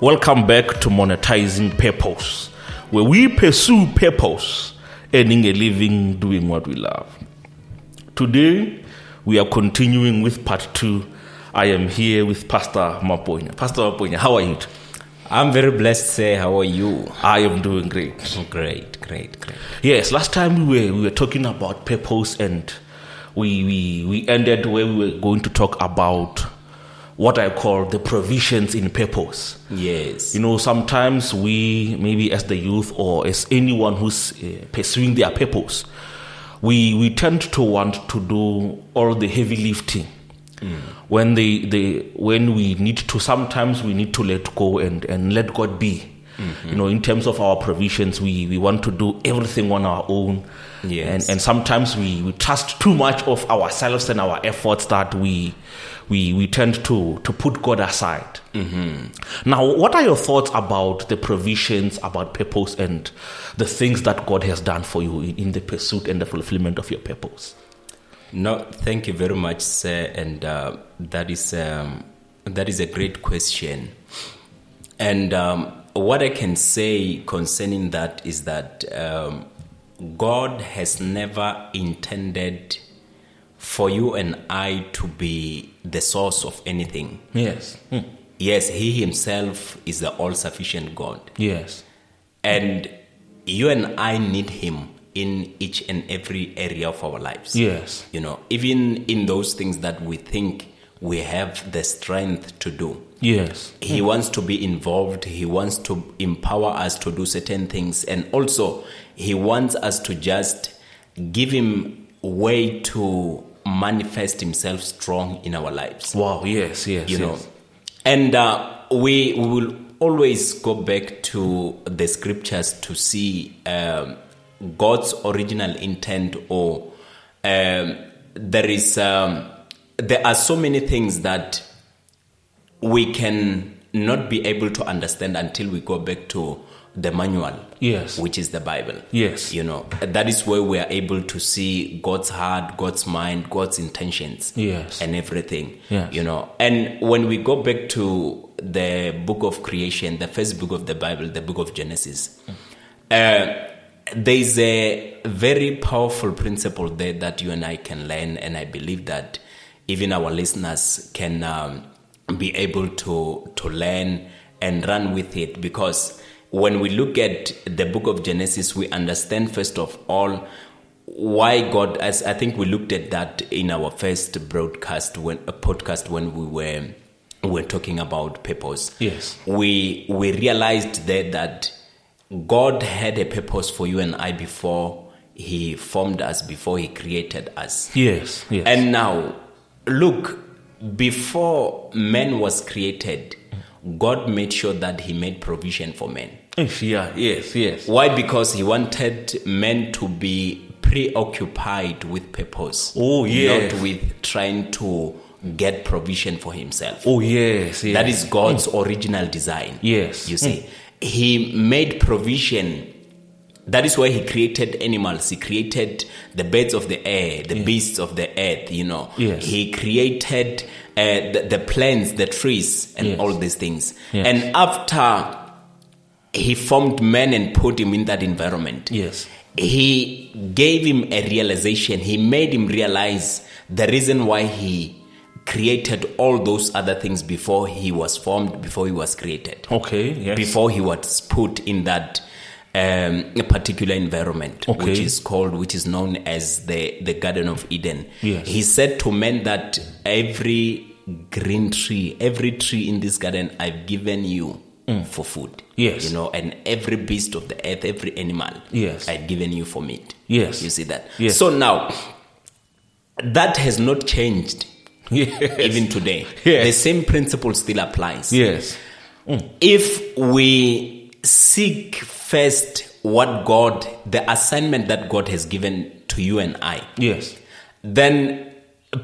Welcome back to Monetizing Purpose, where we pursue purpose, earning a living doing what we love. Today, we are continuing with part two. I am here with Pastor Maponya. Pastor Maponya, how are you? t- I'm very blessed, sir. How are you? I am doing great. Great, great, great. Yes, last time we were, we were talking about purpose and we, we, we ended where we were going to talk about what I call the provisions in purpose. Yes. You know, sometimes we, maybe as the youth or as anyone who's uh, pursuing their purpose, we, we tend to want to do all the heavy lifting. When they, they when we need to sometimes we need to let go and, and let God be. You know, in terms of our provisions, we, we want to do everything on our own. Yes. And and sometimes we, we trust too much of ourselves and our efforts that we we, we tend to, to put God aside. Now, what are your thoughts about the provisions, about purpose, and the things that God has done for you in, in the pursuit and the fulfillment of your purpose? No, thank you very much, sir. And uh, that is um, that is a great question. And um, what I can say concerning that is that um, God has never intended for you and I to be the source of anything. Yes. Yes, He Himself is the all-sufficient God. Yes. And you and I need him in each and every area of our lives. Yes. You know, even in those things that we think we have the strength to do. Yes. He wants to be involved. He wants to empower us to do certain things. And also, He wants us to just give Him way to manifest Himself strong in our lives Wow. Yes. Yes. you know yes. and uh, we we will always go back to the scriptures to see um, god's original intent or um, there is um, there are so many things that we can not be able to understand until we go back to the manual Yes. which is the bible Yes. you know that is where we are able to see god's heart god's mind god's intentions Yes. and everything Yes. you know and when we go back to the book of creation the first book of the bible the book of genesis uh, there is a very powerful principle there that you and i can learn and i believe that even our listeners can um, be able to to learn and run with it because when we look at the book of genesis we understand first of all why God, as I think we looked at that in our first broadcast, when a podcast when we were we were talking about purpose. Yes. we we realized there that God had a purpose for you and I before He formed us, before He created us. Yes. Yes. And now, look, before man was created, God made sure that He made provision for man. Ish, yeah. Yes. Yes. Why? Because he wanted men to be preoccupied with purpose. Oh, yes. Not with trying to get provision for himself. Oh yes. Yes. That is God's original design. Yes. You see, He made provision. That is why He created animals. He created the birds of the air, the beasts of the earth, you know. Yes. He created uh, the, the plants, the trees, and Yes. all these things. Yes. And after He formed man and put him in that environment, Yes. he gave him a realization. He made him realize the reason why he created all those other things before he was formed, before he was created, Okay. Yes. before he was put in that um, particular environment, which Okay. is called, which is known as the, the Garden of Eden. Yes. He said to men that every green tree, every tree in this garden, I've given you for food. Mm. Yes. You know, and every beast of the earth, every animal, Yes. I've given you for meat. Yes. You see that? Yes. So now, that has not changed Yes. even today. Yes. The same principle still applies. yes. If we seek first what God, the assignment that God has given to you and I, Yes. then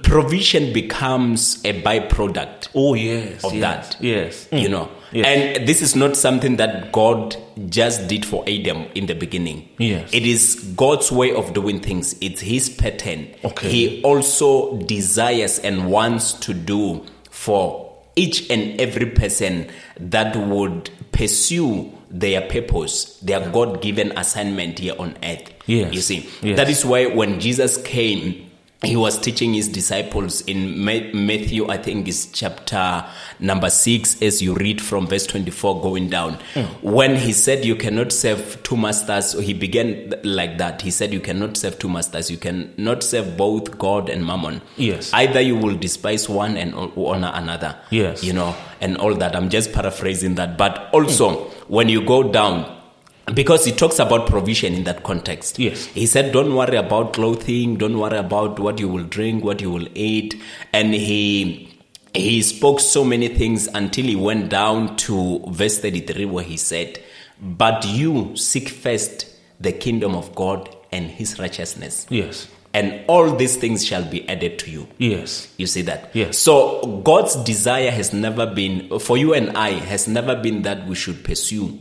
provision becomes a byproduct. Oh yes. Of yes. that. Yes. You know, Mm. Yes. and this is not something that God just did for Adam in the beginning. Yes. It is God's way of doing things, it's His pattern. Okay. He also desires and wants to do for each and every person that would pursue their purpose, their God given assignment here on earth. Yes. You see, Yes. that is why when Jesus came, he was teaching his disciples in Ma- Matthew, I think it's chapter number six, as you read from verse 24 going down. Hmm. When he said, You cannot serve two masters, he began th- like that. He said, You cannot serve two masters. You cannot serve both God and mammon. Yes. Either you will despise one and o- honor another. Yes. You know, and all that. I'm just paraphrasing that. But also, Hmm. when you go down, because he talks about provision in that context. Yes. He said, Don't worry about clothing, don't worry about what you will drink, what you will eat. And he he spoke so many things until he went down to verse 33 where he said, But you seek first the kingdom of God and his righteousness. Yes. And all these things shall be added to you. Yes. You see that? Yes. So God's desire has never been for you and I has never been that we should pursue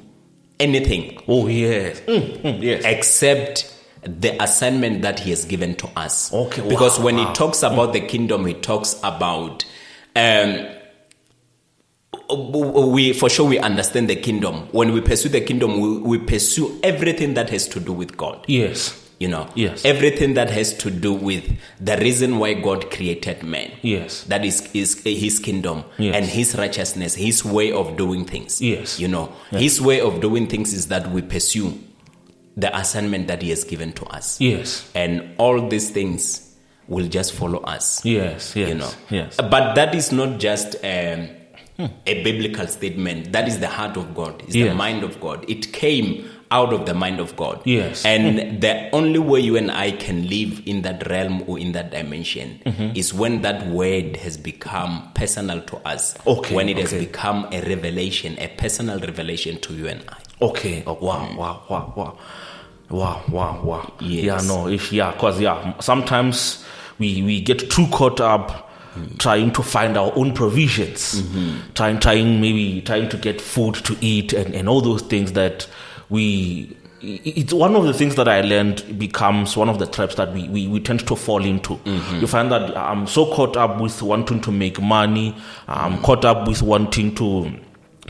anything Oh yes. Mm, mm, yes. except the assignment that he has given to us. Okay, wow, Because when wow. he talks about the kingdom, he talks about um we for sure we understand the kingdom. When we pursue the kingdom, we, we pursue everything that has to do with God Yes. you know Yes. everything that has to do with the reason why god created man Yes. that is, is his kingdom Yes. and his righteousness his way of doing things Yes. you know his way of doing things is that we pursue the assignment that he has given to us Yes. and all these things will just follow us Yes. Yes. you know Yes. but that is not just um, a biblical statement that is the heart of god is Yes. the mind of god it came out of the mind of god Yes. Hmm. and the only way you and i can live in that realm or in that dimension Mm-hmm. is when that word has become personal to us Okay, when it has okay. become a revelation a personal revelation to you and i Okay. Oh, wow, wow, wow, wow. Wow, wow, wow. Yes. Yeah, no, if yeah, cause yeah, sometimes we we get too caught up trying to find our own provisions. Trying trying maybe trying to get food to eat and, and all those things that we i- it's one of the things that I learned becomes one of the traps that we, we, we tend to fall into. You find that I'm so caught up with wanting to make money, I'm caught up with wanting to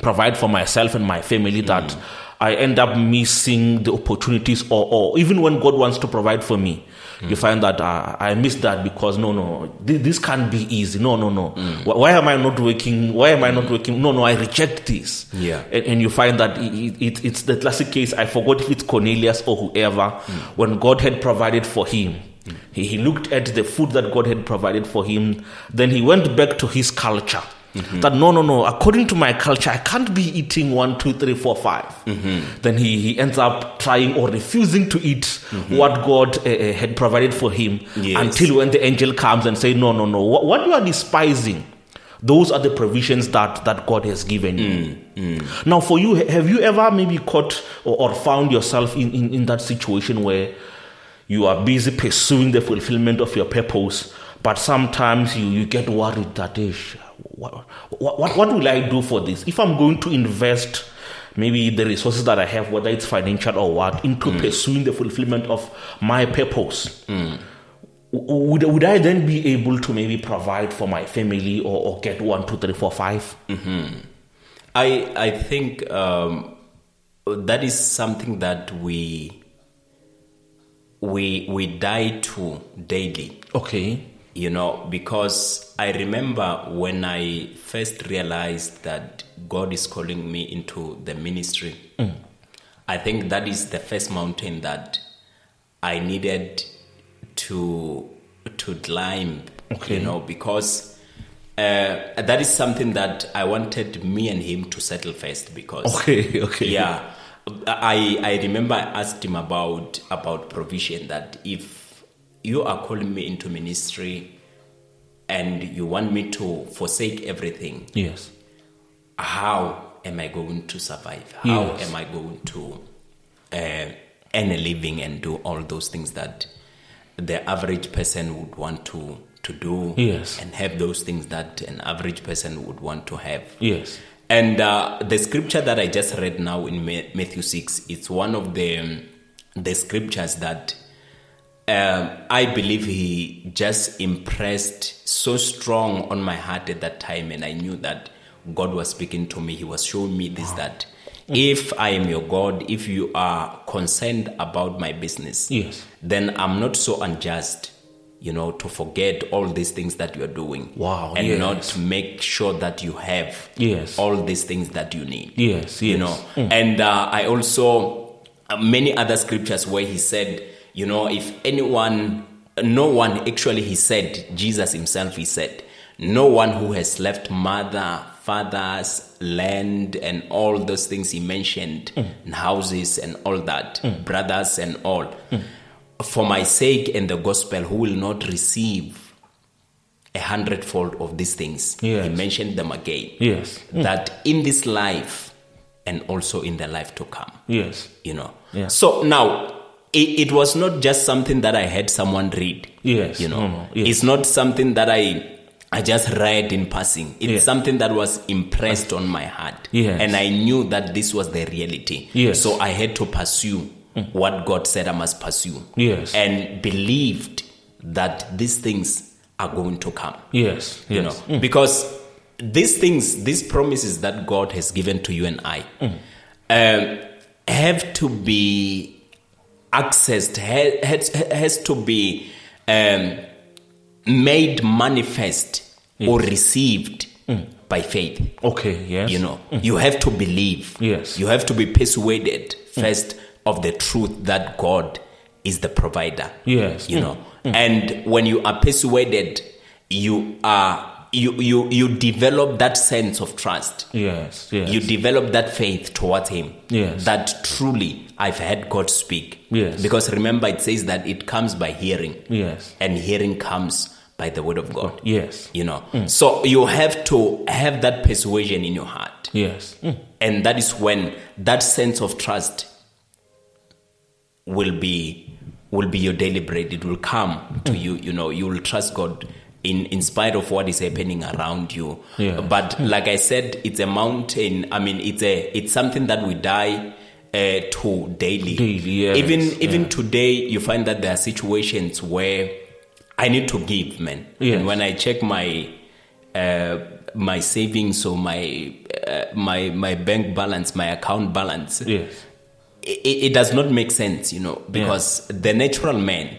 provide for myself and my family that I end up missing the opportunities or, or even when God wants to provide for me. You find that uh, I miss that because no, no, thi- this can't be easy. No, no, no. Wh- Why am I not working? Why am I not working? No, no, I reject this. Yeah. And, and you find that it, it, it's the classic case. I forgot if it's Cornelius or whoever. When God had provided for him, he, he looked at the food that God had provided for him. Then he went back to his culture. That no, no, no. According to my culture, I can't be eating one, two, three, four, five. Then he, he ends up trying or refusing to eat what God uh, uh, had provided for him Yes. until when the angel comes and say, no, no, no. What, what you are despising those are the provisions that, that God has given you. Now, for you, ha- have you ever maybe caught or, or found yourself in, in, in that situation where you are busy pursuing the fulfillment of your purpose, but sometimes you, you get worried that, "Ish, what, what, what, what will I do for this? If I'm going to invest maybe the resources that I have, whether it's financial or what, into pursuing the fulfillment of my purpose, W- would, would I then be able to maybe provide for my family or, or get one, two, three, four, five? I I think um, that is something that we we we die to daily, Okay. you know, because I remember when I first realized that God is calling me into the ministry. I think that is the first mountain that I needed to to climb, Okay. you know, because uh, that is something that I wanted me and him to settle first because Okay, okay. yeah I, I remember I asked him about about provision that if you are calling me into ministry and you want me to forsake everything Yes. how am I going to survive? How Yes. am I going to uh, earn a living and do all those things that the average person would want to to do? Yes. and have those things that an average person would want to have. Yes. And uh, the scripture that I just read now in Ma- Matthew six, it's one of the um, the scriptures that um, I believe he just impressed so strong on my heart at that time, and I knew that God was speaking to me. He was showing me this, that if I am your God, if you are concerned about my business, Yes. then I'm not so unjust, you know, to forget all these things that you are doing. Wow, And yes. not make sure that you have Yes. all these things that you need Yes, Mm. yes. you know and uh, i also uh, many other scriptures where he said you know if anyone no one actually he said jesus himself he said no one who has left mother fathers land and all those things he mentioned Mm. and houses and all that brothers and all Mm. for my sake and the gospel who will not receive a hundredfold of these things he Yes. mentioned them again Yes, that in this life and also in the life to come, yes, you know. Yeah. So now, it, it was not just something that I had someone read. Yes, You no, know, no, yes. it's not something that I. I just read in passing. It's Yeah. something that was impressed on my heart. Yes. And I knew that this was the reality. Yes. Hmm. So I had to pursue what God said I must pursue. Yes. And believed that these things are going to come yes, Mm. yes. you know because these things these promises that god has given to you and i um, have to be accessed ha- has, has to be um, made manifest or received by faith Okay, Mm. yes. Mm. you know you have to believe Yes. you have to be persuaded first of the truth that god is the provider Yes. you know Mm. and when you are persuaded you are you you you develop that sense of trust Yes, yes. you develop that faith towards him Yes. that truly i've heard god speak Yes. because remember it says that it comes by hearing yes, and hearing comes by the word of god yes, you know Mm. so you have to have that persuasion in your heart yes. Mm. and that is when that sense of trust will be will be your daily bread it will come to you you know you will trust god in in spite of what is happening around you Yeah. but like i said it's a mountain i mean it's a it's something that we die uh, to daily, Daily, yes, even even yeah. today you find that there are situations where i need to give man Yes. and when i check my uh, my savings or my uh, my my bank balance, my account balance, i Yes, it, it does not make sense, you know, because the natural man,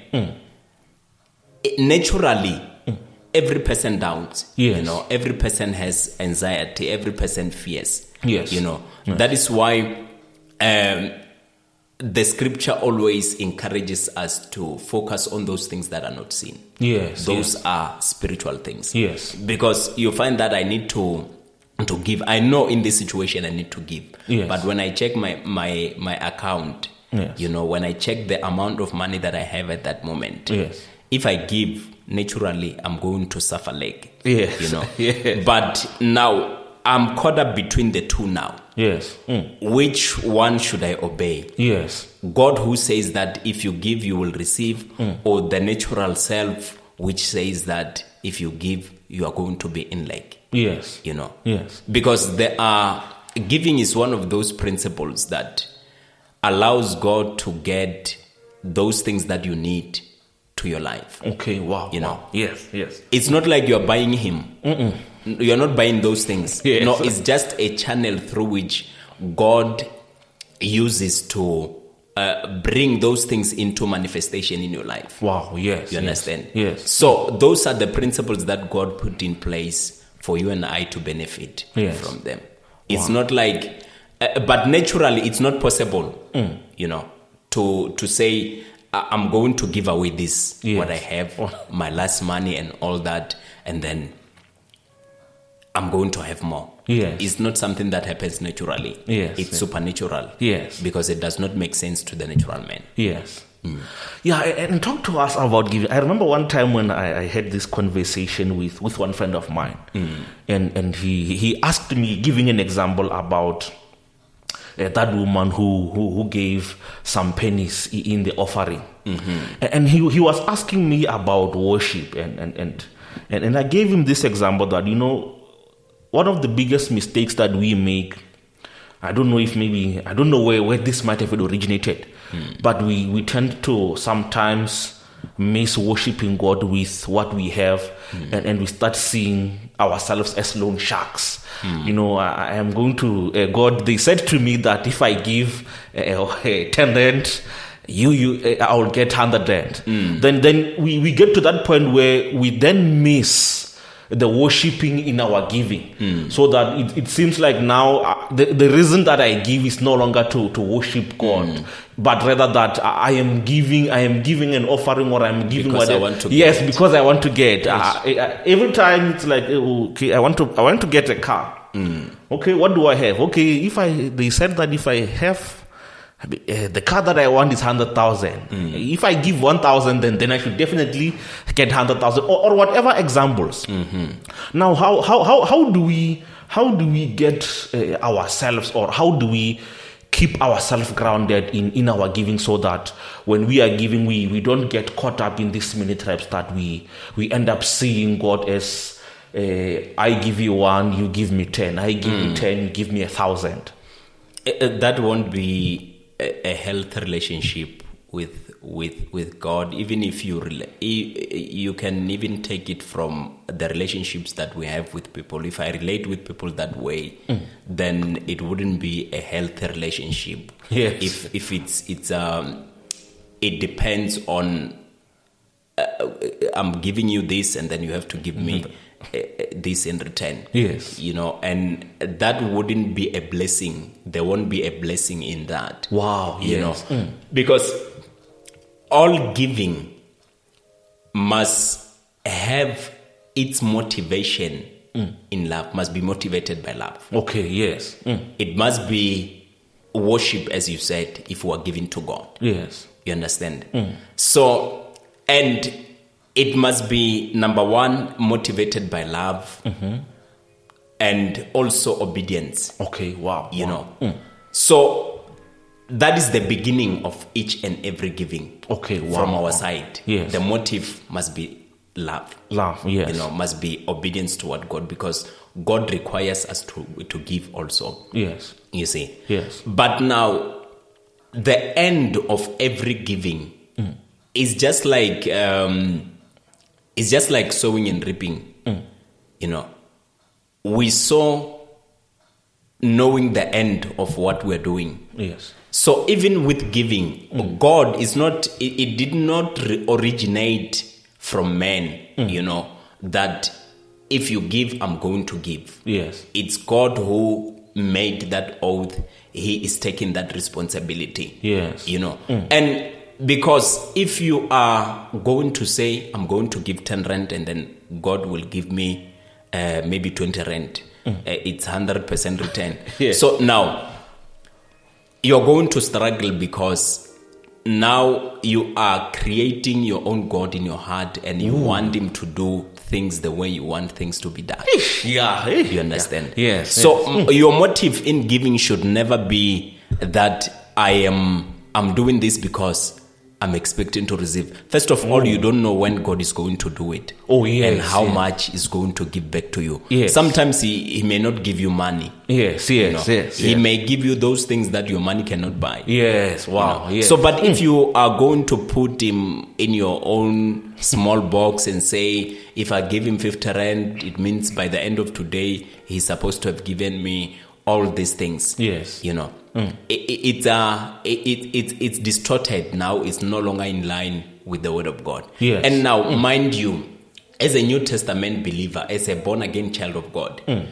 it- naturally, every person doubts. You Yes. know, every person has anxiety. Every person fears. Yes. You know, that is why. Um, the scripture always encourages us to focus on those things that are not seen. yes. Those are spiritual things Yes, because you find that I need to to give. I know in this situation I need to give, Yes. but when I check my my my account, Yes. you know, when I check the amount of money that I have at that moment, yes, if I give naturally, I'm going to suffer leg. Yes. you know. Yes. But now I'm caught up between the two now. yes, mm. Which one should I obey? yes, God who says that if you give, you will receive, Mm. or the natural self which says that if you give, you are going to be in like, yes, you know. yes, Because there are, giving is one of those principles that allows God to get those things that you need to your life. okay, wow, You wow. know. yes, yes, It's not like you're buying Him, you're not buying those things. Yes. No, it's just a channel through which God uses to uh, bring those things into manifestation in your life. wow, yes, You yes, understand? yes, So those are the principles that God put in place for you and I to benefit Yes. from them. It's not like, uh, but naturally, it's not possible, Mm. you know, to to say "I- I'm going to give away this Yes. what I have, Oh. my last money and all that, and then I'm going to have more. Yes. It's not something that happens naturally. Yes, It's yes. supernatural. Yes. Because it does not make sense to the natural man. yes. Mm. Yeah, a- and talk to us about giving. I remember one time when I, I had this conversation with, with one friend of mine, Mm. and, and he, he asked me, giving an example about uh, that woman who, who, who gave some pennies i- in the offering. Mm-hmm. A- And he, he was asking me about worship, and, and, and, and, and I gave him this example that, you know, one of the biggest mistakes that we make, I don't know if maybe, I don't know where, where this might have originated, but we, we tend to sometimes miss worshiping God with what we have, and, and we start seeing ourselves as loan sharks. You know, I, I am going to uh, God. They said to me that if I give uh, uh, ten rand, you you uh, I will get hundred rand. Then then we, we get to that point where we then miss the worshipping in our giving Hmm. so that it, it seems like now uh, the, the reason that i give is no longer to, to worship god Hmm. but rather that I, I am giving i am giving an offering or i'm giving Because I whatever want to yes because i want to get Uh, I- I- every time it's like eh, okay i want to i want to get a car okay what do i have okay if i they said that if i have I mean, eh, the car that I want is 100,000. If I give 1,000, then, then I should definitely get 100,000 or, or whatever examples. Now, how, how, how, how, do we, how do we get uh, ourselves or how do we keep ourselves grounded in, in our giving so that when we are giving, we, we don't get caught up in these mini traps that we, we end up seeing God as uh, I give you one, you give me 10. I give Hmm. you 10, you give me a thousand. Uh, uh, that won't be a, a healthy relationship with with with God. Even if you rela- i- i- you can even take it from the relationships that we have with people. If I relate with people that way, Mm. then it wouldn't be a healthy relationship. Yes. If if it's it's um it depends on uh, I'm giving you this, and then you have to give me uh, uh, this in return. Mm-hmm. Yes. You know, and that wouldn't be a blessing. There won't be a blessing in that. Wow. You yes. know, because all giving must have its motivation in love, must be motivated by love. Okay, yes. Mm, It must be worship, as you said, if we are giving to God. Yes. You understand? So, and it must be number one, motivated by love and also obedience, Okay, wow. you wow. know. So, that is the beginning of each and every giving Okay, wow. from our side. Yes. The motive must be love, Love, yes. you know, must be obedience toward God because God requires us to, to give also, Yes. you see. Yes. But now, the end of every giving is just like um, it's just like sowing and reaping. You know, we sow knowing the end of what we're doing. Yes. So even with giving, God is not. It, it did not re- originate from man. You know that if you give, I'm going to give Yes. it's God who made that oath. He is taking that responsibility. Yes. Mm. You know. And because if you are going to say, I'm going to give 10 rand and then God will give me uh, maybe 20 rand, uh, it's 100% return. Mm. Yes. So now you're going to struggle because now you are creating your own God in your heart and you Mm. want Him to do things the way you want things to be done. Yeah. eh, You understand? Yeah. Yes. So m- your motive in giving should never be that I am I'm doing this because I'm expecting to receive. First of all, you don't know when God is going to do it. Mm. Oh, yes, And how yes. much is going to give back to you. Yes. Sometimes he, he may not give you money. Yes. Yes. Yes. No. Yes. he may give you those things that your money cannot buy. yes. Wow. Yes. So, but if you are going to put him in your own small box and say, if I give him 50 rand, it means by the end of today, he's supposed to have given me all these things. Yes. Mm. You know, it, it, it's, uh, it, it, it's- it's distorted now. It's no longer in line with the word of God. Yes. Mm. And now, mind you, as a New Testament believer, as a born again child of God, Mm.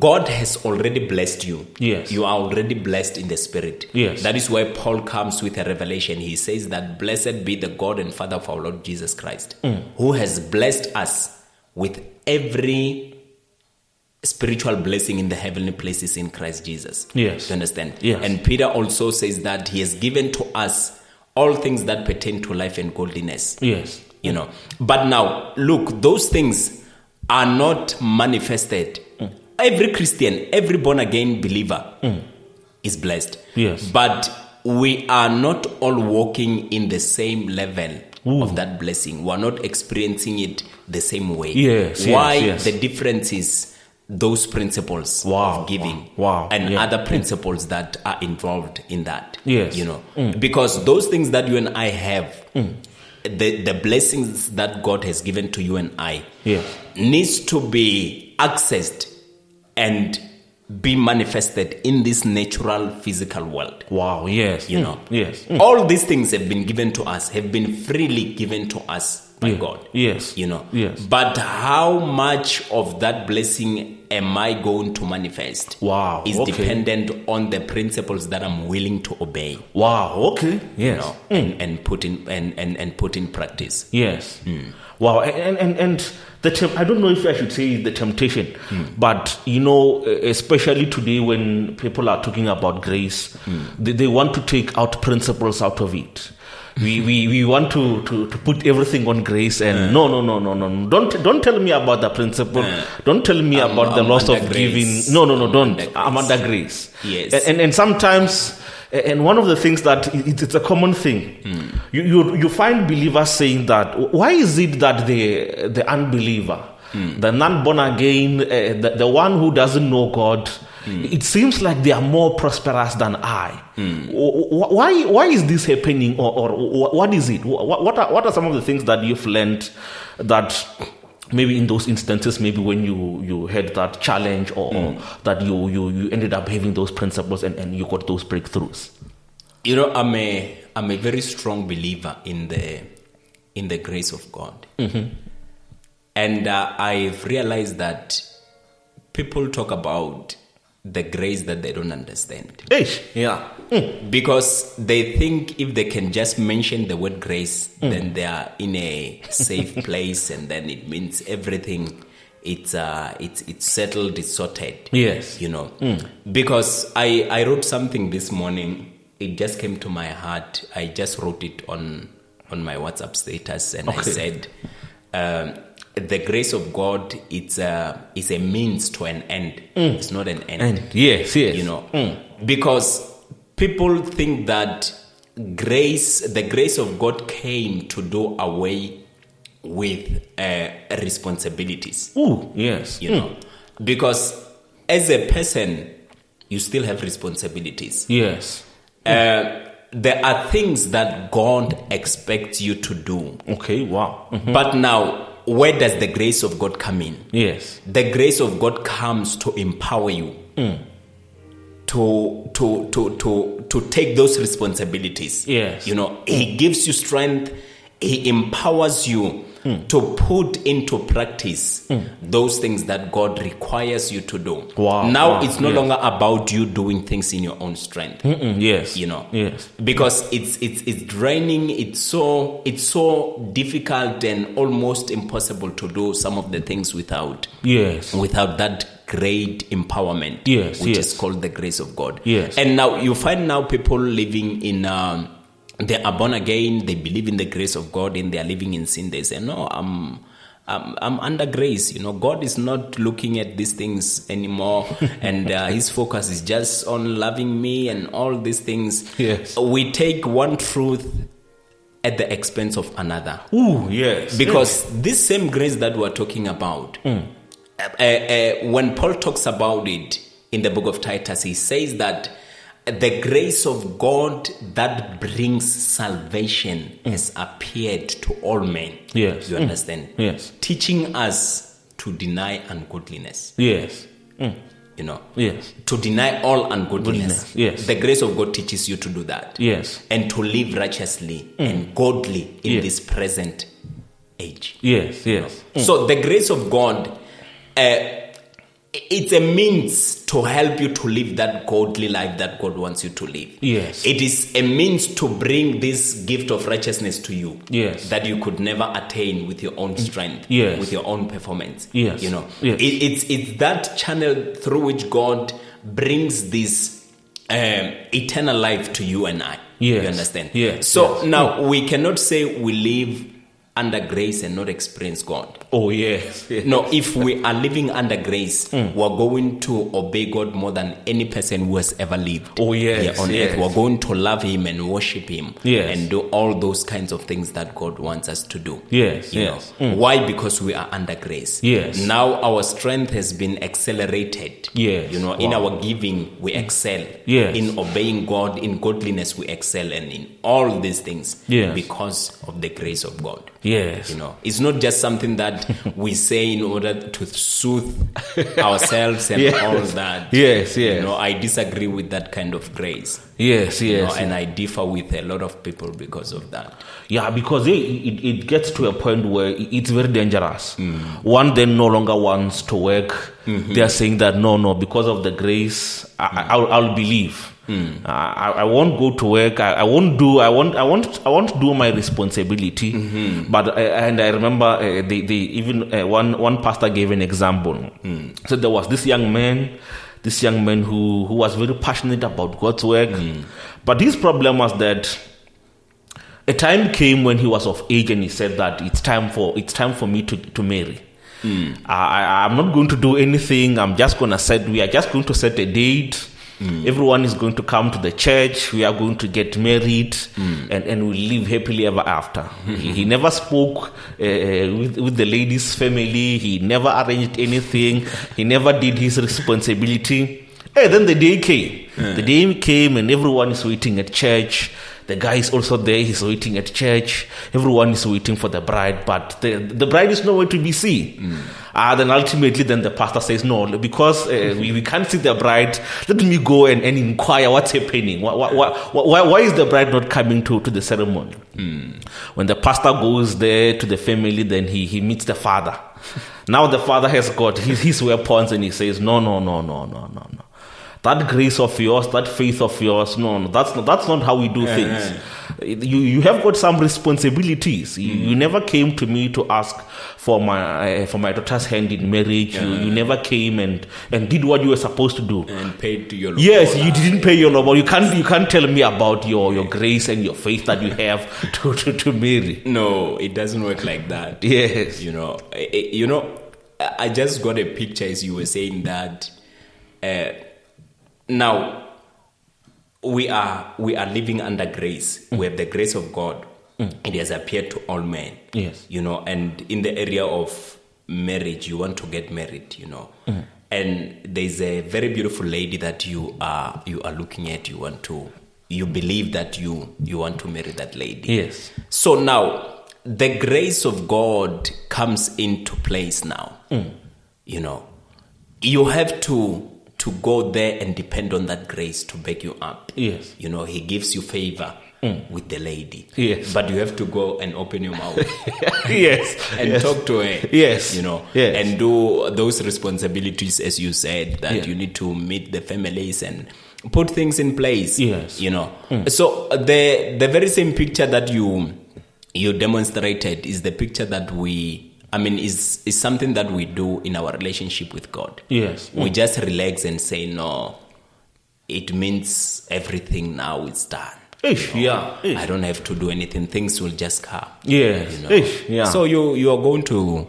God has already blessed you. Yes. You are already blessed in the spirit. Yes. That is why Paul comes with a revelation. He says that blessed be the God and Father of our Lord Jesus Christ, Mm. who has blessed us with every spiritual blessing in the heavenly places in Christ Jesus. Yes. You understand? Yes. And Peter also says that he has given to us all things that pertain to life and godliness yes. you know but now look those things are not manifested every christian every born again believer is blessed Yes. but we are not all walking in the same level of that blessing we are not experiencing it the same way Yes, yes, why yes. the difference is those principles Wow, of giving wow, wow, and yeah. other principles that are involved in that Yes. Mm. you know because those things that you and i have the, the blessings that God has given to you and I Yeah. needs to be accessed and be manifested in this natural physical world. Wow. Yes. You Mm. know, Yes. Mm. all these things have been given to us, have been freely given to us by Yeah. God. Yes. You know, Yes. But how much of that blessing am I going to manifest? Wow. Is okay. dependent on the principles that I'm willing to obey. Wow. Okay. Yes. you know, Mm. and, and put in and, and, and put in practice. Yes. Mm. Wow. And and and the temp- I don't know if I should say the temptation, Mm. but you know, e-, especially today when people are talking about grace, Mm. they, they want to take out principles out of it. We, we, we want to, to, to put everything on grace and no no no no no no. don't don't tell me about the principle don't tell me I'm- about the I'm loss of under grace. giving no no no I'm don't under I'm grace. under grace Yes. and, and and sometimes and one of the things that it, it's a common thing Hmm. you, you you find believers saying that why is it that the the unbeliever Hmm. the non-born again uh, the, the one who doesn't know god Hmm. it seems like they are more prosperous than i Hmm. Wh- wh- why why is this happening or, or wh- what is it Wh- what are, what are some of the things that you've learned that maybe in those instances maybe when you you had that challenge or, Hmm. or that you, you you ended up having those principles and, and you got those breakthroughs You know, I'm a I'm a very strong believer in the in the grace of God, and uh, I've realized that people talk about the grace that they don't understand Eish. yeah Mm. because they think if they can just mention the word grace, Mm. then they are in a safe place, and then it means everything. It's uh, it's it's settled, it's sorted. Yes. Mm. you know, because I I wrote something this morning. It just came to my heart. I just wrote it on on my WhatsApp status, and I Okay. said, um, "The grace of God it's a is a means to an end. Mm. It's not an end and yes yes you know because people think that grace the grace of god came to do away with uh, responsibilities Ooh, yes you know because as a person you still have responsibilities yes uh, there are things that god expects you to do okay wow Mm. but now where does the grace of god come in yes the grace of God comes to empower you Mm. to, to to to to take those responsibilities. Yes. Mm. You know, he gives you strength, he empowers you Mm. to put into practice those things that God requires you to do. Wow, Now wow, it's no yes. Mm. longer about you doing things in your own strength Mm-mm, yes you know yes because it's it's it's draining it's so it's so difficult and almost impossible to do some of the things without yes without that great empowerment Yes, which yes. is called the grace of god Yes. and now you find now people living in um, they are born again they believe in the grace of god and they are living in sin they say no i'm I'm, I'm under grace, you know. God is not looking at these things anymore, and uh, His focus is just on loving me and all these things. Yes. We take one truth at the expense of another Ooh, yes because this same grace that we're talking about Hmm. uh, uh, uh, when paul talks about it in the book of titus he says that the grace of god that brings salvation has appeared to all men Hmm. Yes. you Mm. understand Yes. teaching us to deny ungodliness yes Mm. you know yes to deny all ungodliness Goodness, yes. the grace of god teaches you to do that yes and to live righteously and godly in Hmm. Yes. this present age yes yes so the grace of God, uh, it's a means to help you to live that godly life that God wants you to live. Yes. It is a means to bring this gift of righteousness to you. Yes. That you could never attain with your own strength. Yes. With your own performance. Yes. You know. Yes. It, it's it's that channel through which God brings this um, eternal life to you and I. You Yes. understand? Yes. So now we cannot say we live under grace and not experience God. Oh, yes. yes. No, if we are living under grace, Hmm. we're going to obey God more than any person who has ever lived. Oh, yes, here on yes. earth. We're going to love Him and worship Him Yes. and do all those kinds of things that God wants us to do. Yes, You yes. Hmm. know? Why? Because we are under grace. Yes. Now our strength has been accelerated. Yes. You know, in Wow. our giving, we excel. Yes. In obeying God, in godliness, we excel. And in all these things, Yes. because of the grace of God. Yes. You know, it's not just something that we say in order to soothe ourselves and Yes. all that. Yes, yes. You know, I disagree with that kind of grace. Yes, yes. You know, and I differ with a lot of people because of that. Yeah, because it, it, it gets to a point where i- it's very dangerous. One then no longer wants to work. They are saying that no, no, because of the grace, I, I- I'll, I'll believe. I, I I won't go to work. I, I won't do. I won't. I won't. I won't do my responsibility. But uh, and I remember uh, they, they even uh, one one pastor gave an example. So there was this young man this young man who, who was very passionate about God's work. But his problem was that a time came when he was of age and he said that it's time for it's time for me to, to marry. I, I- I'm not going to do anything. I'm just gonna set we are just going to set a date. Everyone is going to come to the church. We are going to get married and, and we live happily ever after. he, he never spoke uh, with, with the lady's family. He never arranged anything. He never did his responsibility. Hey, then the day came. The day came, and everyone is waiting at church. The guy is also there. He's waiting at church. Everyone is waiting for the bride, but the, the bride is nowhere to be seen. Ah, then ultimately, then the pastor says, "No, because uh, we, we can't see the bride. Let me go and, and inquire what's happening. Why, why, why, why, why is the bride not coming to, to the ceremony?" When the pastor goes there to the family, then he, he meets the father. now the father has got his, his weapons and he says, No, no, no, no, no, no, no. That grace of yours, that faith of yours, no, no, that's not, that's not how we do things. You, you have got some responsibilities. You, you never came to me to ask for my uh, for my daughter's hand in marriage. You, you never came and, and did what you were supposed to do. And paid to your Yes, Lord. you didn't pay your lobo. You can't you can't tell me about your, your grace and your faith that you have to, to, to marry. No, it doesn't work like that. Yes. You know, I- I- you know, I I just got a picture as you were saying that. Uh, now, we are we are living under grace. We have the grace of God. It has appeared to all men. Yes. You know, and in the area of marriage, you want to get married. You know. And there's a very beautiful lady that you are you are looking at. You want to you believe that you you want to marry that lady. Yes. So now the grace of God comes into place now. Mm. You know, you have to to go there and depend on that grace to back you up. Yes. Mm. You know, he gives you favor with the lady. Yes. But you have to go and open your mouth yes. and yes. talk to her. Yes. You know, Yes. and do those responsibilities as you said that Yeah. you need to meet the families and put things in place. Yes. Mm. You know. So the the very same picture that you you demonstrated is the picture that we I mean is is something that we do in our relationship with God. Yes. Mm. We just relax and say no. It means everything now is done. Ish, yeah. Ish. I don't have to do anything. Things will just come. Yes. You know? Ish, yeah. So you you are going to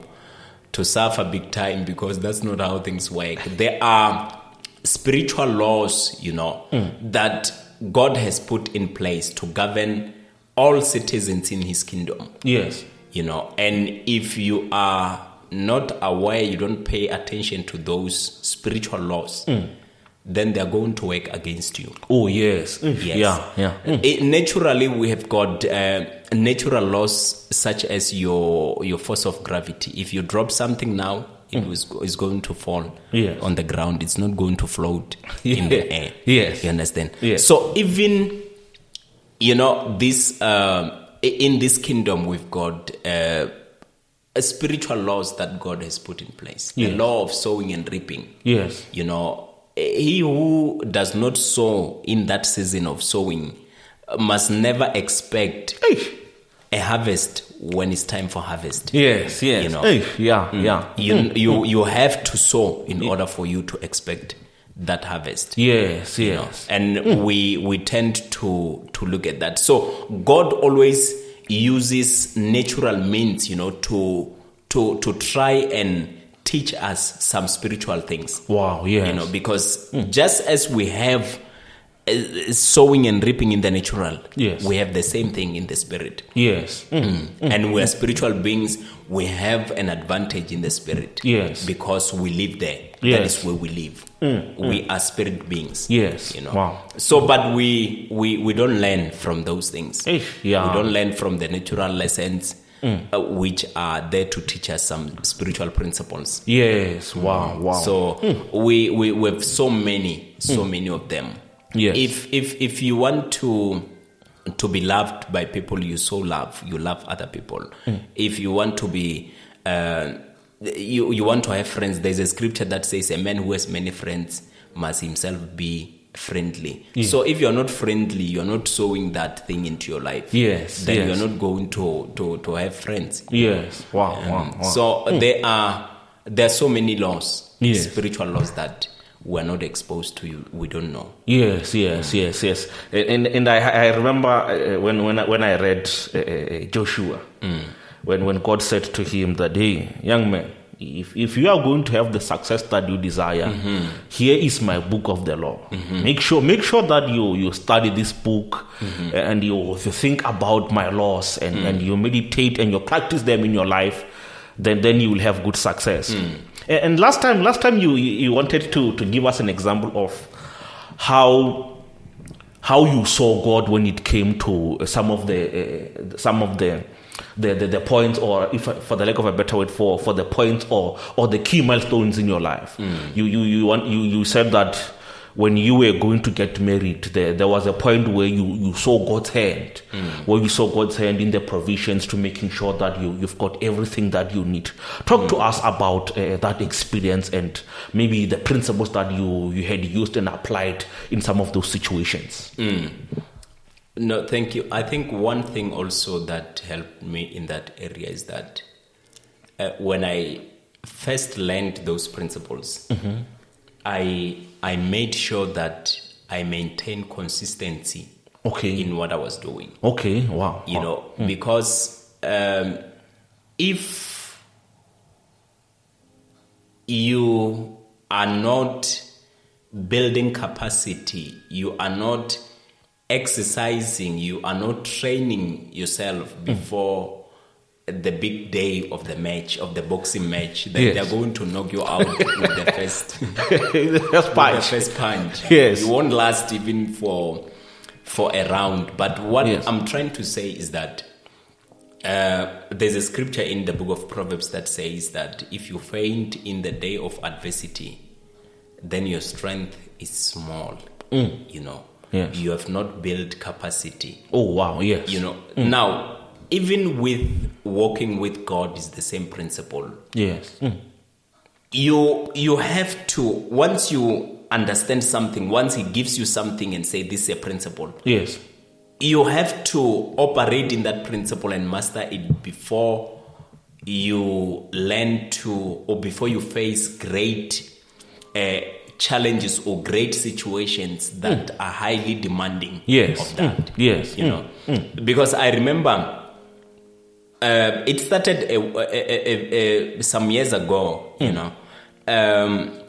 to suffer big time because that's not how things work. There are spiritual laws, you know, Mm. that God has put in place to govern all citizens in His kingdom. yes. You know, and if you are not aware, you don't pay attention to those spiritual laws, Mm. then they are going to work against you. Oh yes. Ish, Yes. Yeah. Yeah. Mm. It- naturally, we have got uh, natural laws such as your your force of gravity. If you drop something now, it was is going to fall Mm. Yes. on the ground. It's not going to float in the air. Yes. you understand. Yes. So even you know this um, i- in this kingdom, we've got. Uh, uh, spiritual laws that God has put in place. The Yes. law of sowing and reaping Yes. you know he who does not sow in that season of sowing must never expect Ish. a harvest when it's time for harvest Yes. Yes. You know. Mm. Ish, yeah. Yeah. you you you have to sow in order for you to expect that harvest Yes. Yes. you know, and we we tend to to look at that so god always uses natural means, you know, to to to try and teach us some spiritual things. Wow, yes. You know, because just as we have uh, sowing and reaping in the natural, Yes. we have the same thing in the spirit. Yes. Mm. And we are spiritual beings, we have an advantage in the spirit. Yes. Because we live there. That Yes. Mm, is where we live. We are spirit beings. Yes. You know. Wow. So but we we we don't learn from those things. Eh, yeah. Mm. We don't learn from the natural lessons uh, which are there to teach us some spiritual principles. Yes. Wow. Wow. So Hmm. we, we we have so many, so many of them. Yes. If if if you want to to be loved by people you so love, you love other people. Hmm. If you want to be uh, you you want to have friends, there's a scripture that says a man who has many friends must himself be friendly. So if you're not friendly, you're not sowing that thing into your life. Yes, Then yes. you're not going to to to have friends. yes. Wow. wow. Wow. Hmm. So there are there are so many laws, Yes. spiritual laws that we're not exposed to. You, we don't know. Yes, yes, yes, yes. And and I, I remember uh, when when I, when I read uh, uh, Joshua, when when God said to him that, "Hey, young man, if if you are going to have the success that you desire, here is my book of the law. Make sure make sure that you you study this book uh, and you, you think about my laws and and you meditate and you practice them in your life, then then you will have good success." A- And last time, last time you, you you wanted to, to give us an example of how how you saw God when it came to uh, some of the uh, some of the the, the, the points or if for the lack of a better word for for the points or or the key milestones in your life you you you, want, you you said that when you were going to get married there there was a point where you you saw God's hand where you saw God's hand in the provisions to making sure that you you've got everything that you need talk to us about uh, that experience and maybe the principles that you you had used and applied in some of those situations No, thank you. I think one thing also that helped me in that area is that uh, when I first learned those principles, Mm-hmm. I I made sure that I maintained consistency Okay. in what I was doing. okay. Wow. you know, because um, if you are not building capacity, you are not exercising, you are not training yourself before the big day of the match, of the boxing match, then Yes. they're going to knock you out with the first That's fine. with the first punch. Yes. You won't last even for for a round. But what Yes. I'm trying to say is that uh, there's a scripture in the book of Proverbs that says that if you faint in the day of adversity, then your strength is small. You know, Mm. Yes. you have not built capacity. Oh wow. Yes. You know, Mm. now even with walking with God is the same principle Yes. Hmm. Mm. you you have to once you understand something once he gives you something and say this is a principle Yes. you have to operate in that principle and master it before you learn to or before you face great uh, challenges or great situations that are highly demanding Yes. of that Mm. Yes. you know because i remember uh, it started a, a, a, a, some years ago Mm. you know um,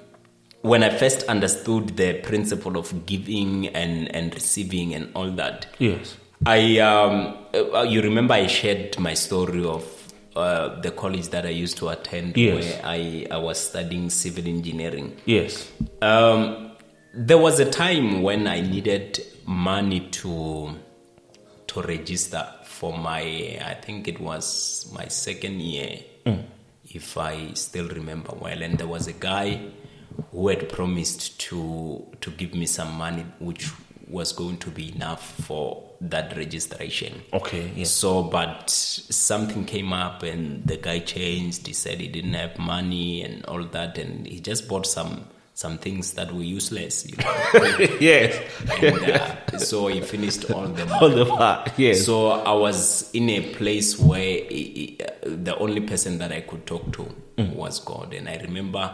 when i first understood the principle of giving and, and receiving and all that Yes. i um, uh, you remember i shared my story of uh, the college that i used to attend Yes. where I, I was studying civil engineering Yes. um, there was a time when I needed money to to register for my. I think it was my second year, if I still remember well. And there was a guy who had promised to to give me some money, which was going to be enough for that registration. Okay. Yes. So, but something came up and the guy changed. He said he didn't have money and all that, and he just bought some some things that were useless. You know? yes. and, uh, so he finished all the All money. the part. Yes. So I was in a place uh, Mm. where i- i- the only person that I could talk to was God, and I remember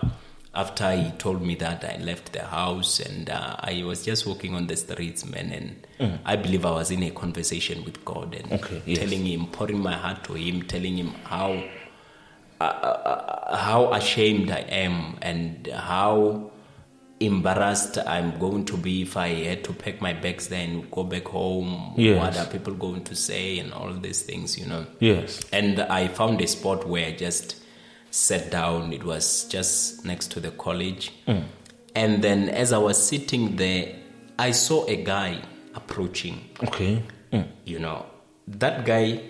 after he told me that I left the house and uh, I was just walking on the streets, man, and I believe I was in a conversation with God and Mm. Okay, yes. telling Him, pouring my heart to Him, telling Him how uh, uh, how ashamed I am and how embarrassed I'm going to be if I had to pack my bags there and go back home. Yes. What are people going to say and all these things, you know? Yes. And I found a spot where I just sat down. It was just next to the college. And then as I was sitting there, I saw a guy approaching. Okay. Mm. You know, that guy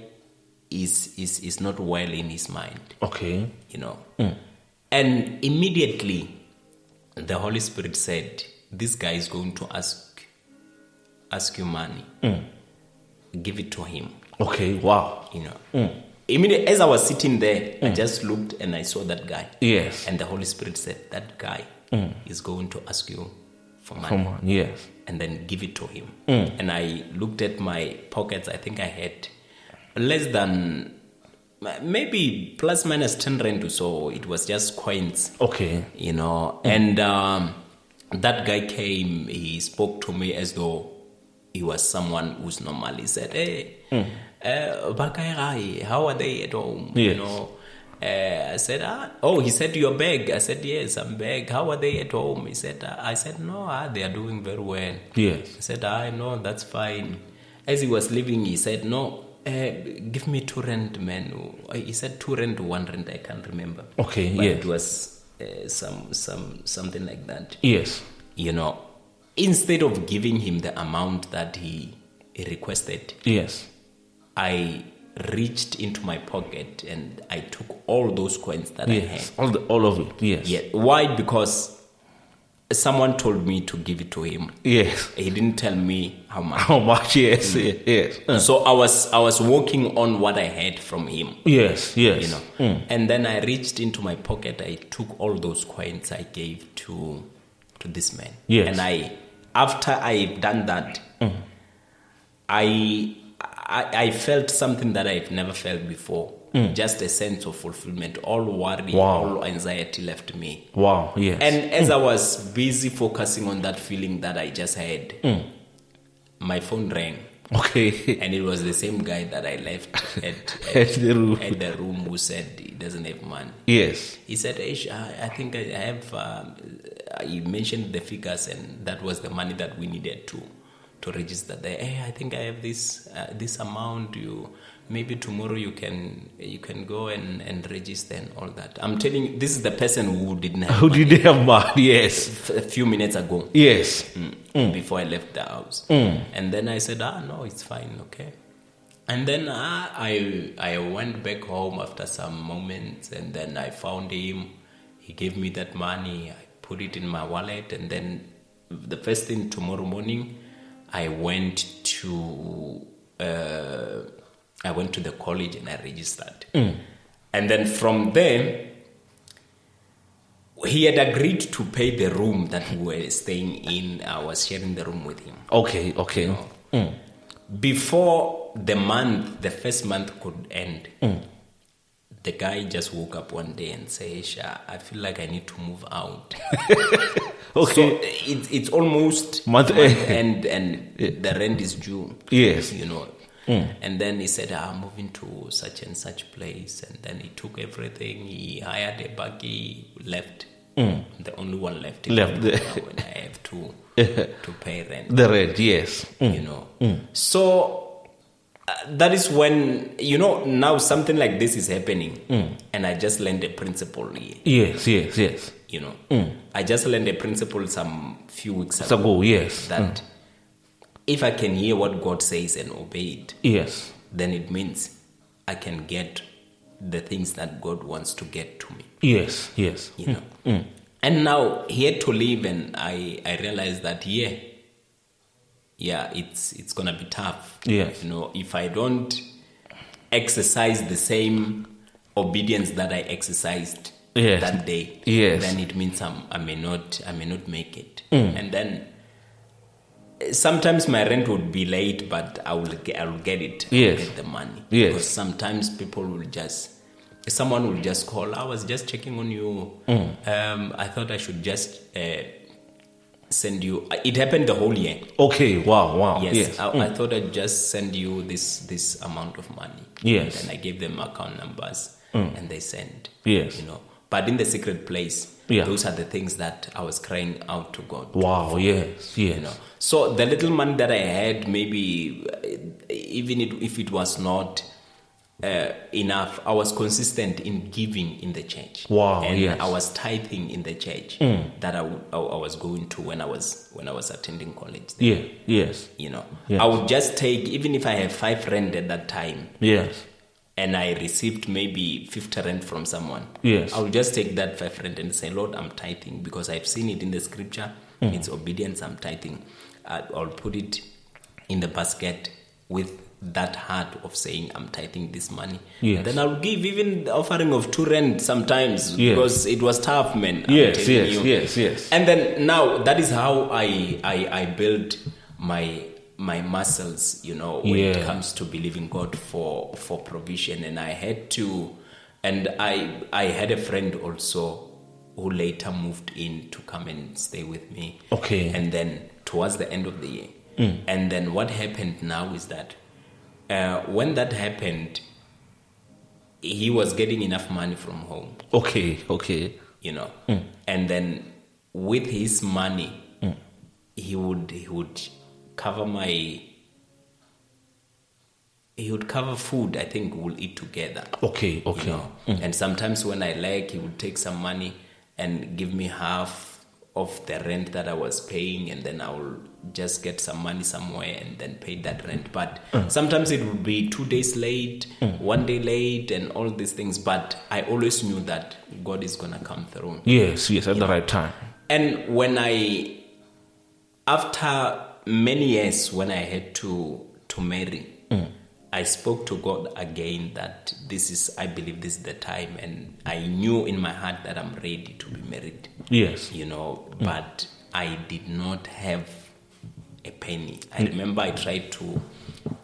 is is is not well in his mind, Okay. you know. And immediately the Holy Spirit said, This guy is going to ask ask you money. Give it to him Okay. Wow. you know. Immediately, as I was sitting there, I just looked and I saw that guy. Yes. And the Holy Spirit said, That guy is going to ask you for money Come on. Yes. and then give it to him. And I looked at my pockets. I think I had less than maybe plus minus 10 rand or so. It was just coins Okay. you know and um, that guy came he spoke to me as though he was someone who's normally said hey uh, Bakaerai, how are they at home you Yes. know uh, I said, ah, oh, he said, you're back. I said, yes, I'm back. How are they at home? He said, "Ah," I said, no, ah, they are doing very well. Yes. I said, I know, that's fine. As he was leaving, he said, no, uh, give me two rand, man. He said two rand, one rand, I can't remember. Okay, But yes. It was uh, some, some, something like that. Yes. You know, instead of giving him the amount that he he requested, Yes. I reached into my pocket and I took all those coins that I had. Yes. All the, all of it. Yes. Yeah. Why? Because someone told me to give it to him. Yes. He didn't tell me how much. How much? Yes. Mm. Yes. Yes. Uh, So I was I was working on what I had from him, Yes. Yes. you know. Mm. And then I reached into my pocket. I took all those coins I gave to to this man. Yes. Mm. And I after I've done that, I, I I felt something that I've never felt before. Just a sense of fulfillment. All worry, Mm. Wow. all anxiety left me. Wow. Yes. Mm. And as I was busy focusing on that feeling that I just had, Mm. my phone rang. okay. And it was the same guy that I left at, At the room. at the room who said he doesn't have money. Yes. He said, Ish, I, I think I have, um, uh, he mentioned the figures and that was the money that we needed to to register there. Hey, I think I have this uh, this amount. You Maybe tomorrow you can you can go and, and register and all that. I'm telling you, this is the person who didn't have Who did they have mad? Yes. f- a few minutes ago Yes. before I left the house. And then I said, ah, no, it's fine, okay. And then ah, I, I went back home after some moments and then I found him. He gave me that money. I put it in my wallet. And then the first thing tomorrow morning, I went to uh, I went to the college and I registered. And then from there, he had agreed to pay the room that we were staying in. I was sharing the room with him. Okay. Okay. Before the month, the first month could end, Mm. the guy just woke up one day and said, Sha, I feel like I need to move out. Okay. So it, it's almost Month end and the rent is due. Yes. Mm. You know. And then he said, "Ah, I'm moving to such and such place. And then he took everything. He hired a buggy, left. The only one left. Mm. Left. When I have to, to pay rent the red. Yes. you know. So uh, that is when you know now something like this is happening, and I just learned a principle here. Yes. Yes. Yes. You know, I just learned a principle some few weeks ago So go. Yes. that if I can hear what God says and obey it, Yes. then it means I can get the things that God wants to get to me. Yes. Yes. You know. And now he had to leave, and I I realized that yeah, yeah, it's it's gonna be tough. Yes. you know, if I don't exercise the same obedience that I exercised Yes. that day, Yes. Mm. then it means I'm, I may not I may not make it. And then eh, sometimes my rent would be late, but I will get, I will get it. I'll Yes. get the money. Yes. because sometimes people will just someone will just call. I was just checking on you. Mm. Um, I thought I should just uh, send you. It happened the whole year. Okay, wow, wow. Yes, Yes. I, I thought I'd just send you this this amount of money. Yes. Mm. and I gave them account numbers, and they sent. Yes. you know. But in the secret place, Yeah. those are the things that I was crying out to God. Wow, yes, yes. You know, so the little money that I had, maybe uh, even it, if it was not uh, enough, I was consistent in giving in the church. Wow, and yes. Mm. I was tithing in the church that I, w- I- I was going to when I was when I was attending college. there Yeah, yes, you know Yes. i would just take even if i have five rand at that time yes, and i received maybe 50 rand from someone Yes. i would just take that five rand and say lord i'm tithing because i've seen it in the scripture Mm. it's obedience i'm tithing I, i'll put it in the basket with that heart of saying i'm tithing this money Yes. then i'll give even the offering of two rand sometimes Yes. because it was tough man I'm yes, telling yes, you. yes, yes. And then now that is how I I, I build my my muscles, you know, when it Yeah. comes to believing God for for provision. And I had to, and I I had a friend also who later moved in to come and stay with me. Okay. Mm. And then towards the end of the year, and then what happened now is that uh, when that happened, he was getting enough money from home Okay, okay. you know and then with his money he would he would cover my he would cover food i think we'll eat together Okay, you okay. know and sometimes when i like he would take some money and give me half of the rent that i was paying and then i will just get some money somewhere and then pay that rent but sometimes it would be two days late one day late and all these things but i always knew that god is gonna come through Yes, yes, at the right time. and when I, after many years, when I had to to marry, I spoke to God again that this is, I believe, this is the time, and I knew in my heart that I'm ready to be married, Yes. you know. But I did not have a penny. I remember I tried to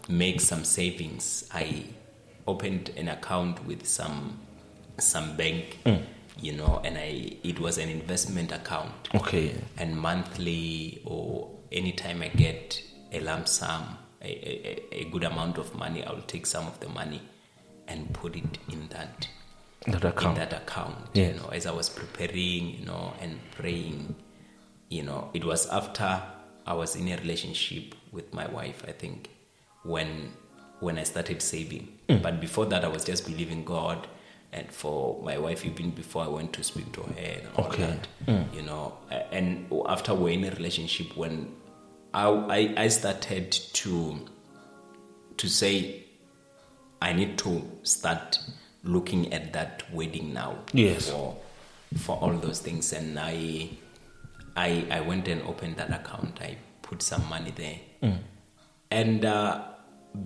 make some savings. I opened an account with some some bank, you know, and I it was an investment account Okay. and monthly or anytime I get a lump sum, a, a, a- a good amount of money, I'll take some of the money and put it in that That in account. that account. Yes. You know, as I was preparing, you know, and praying, you know, it was after I was in a relationship with my wife, I think, when when I started saving. Mm. But before that I was just believing God and for my wife even before I went to speak to her and all Okay. Mm. that. You know, a- and after we're in a relationship when I I, I started to to say I need to start looking at that wedding now. Yes. For, for all those things, and I, I, I went and opened that account. I put some money there, Mm. and uh,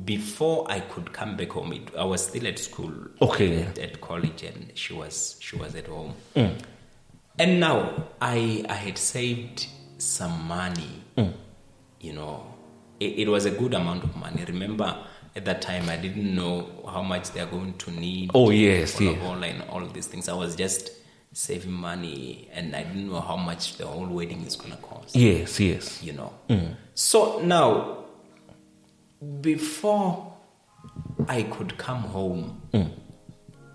before I could come back home, it, I was still at school. Okay. At, at college, and she was she was at home. And now I I had saved some money. Mm. You know, it, it was a good amount of money. Remember, at that time I didn't know how much they are going to need. Oh, yes, for the yes. whole and all these things. I was just saving money, and I didn't know how much the whole wedding is gonna cost Yes, yes. you know. Mm. So now, before I could come home, Mm.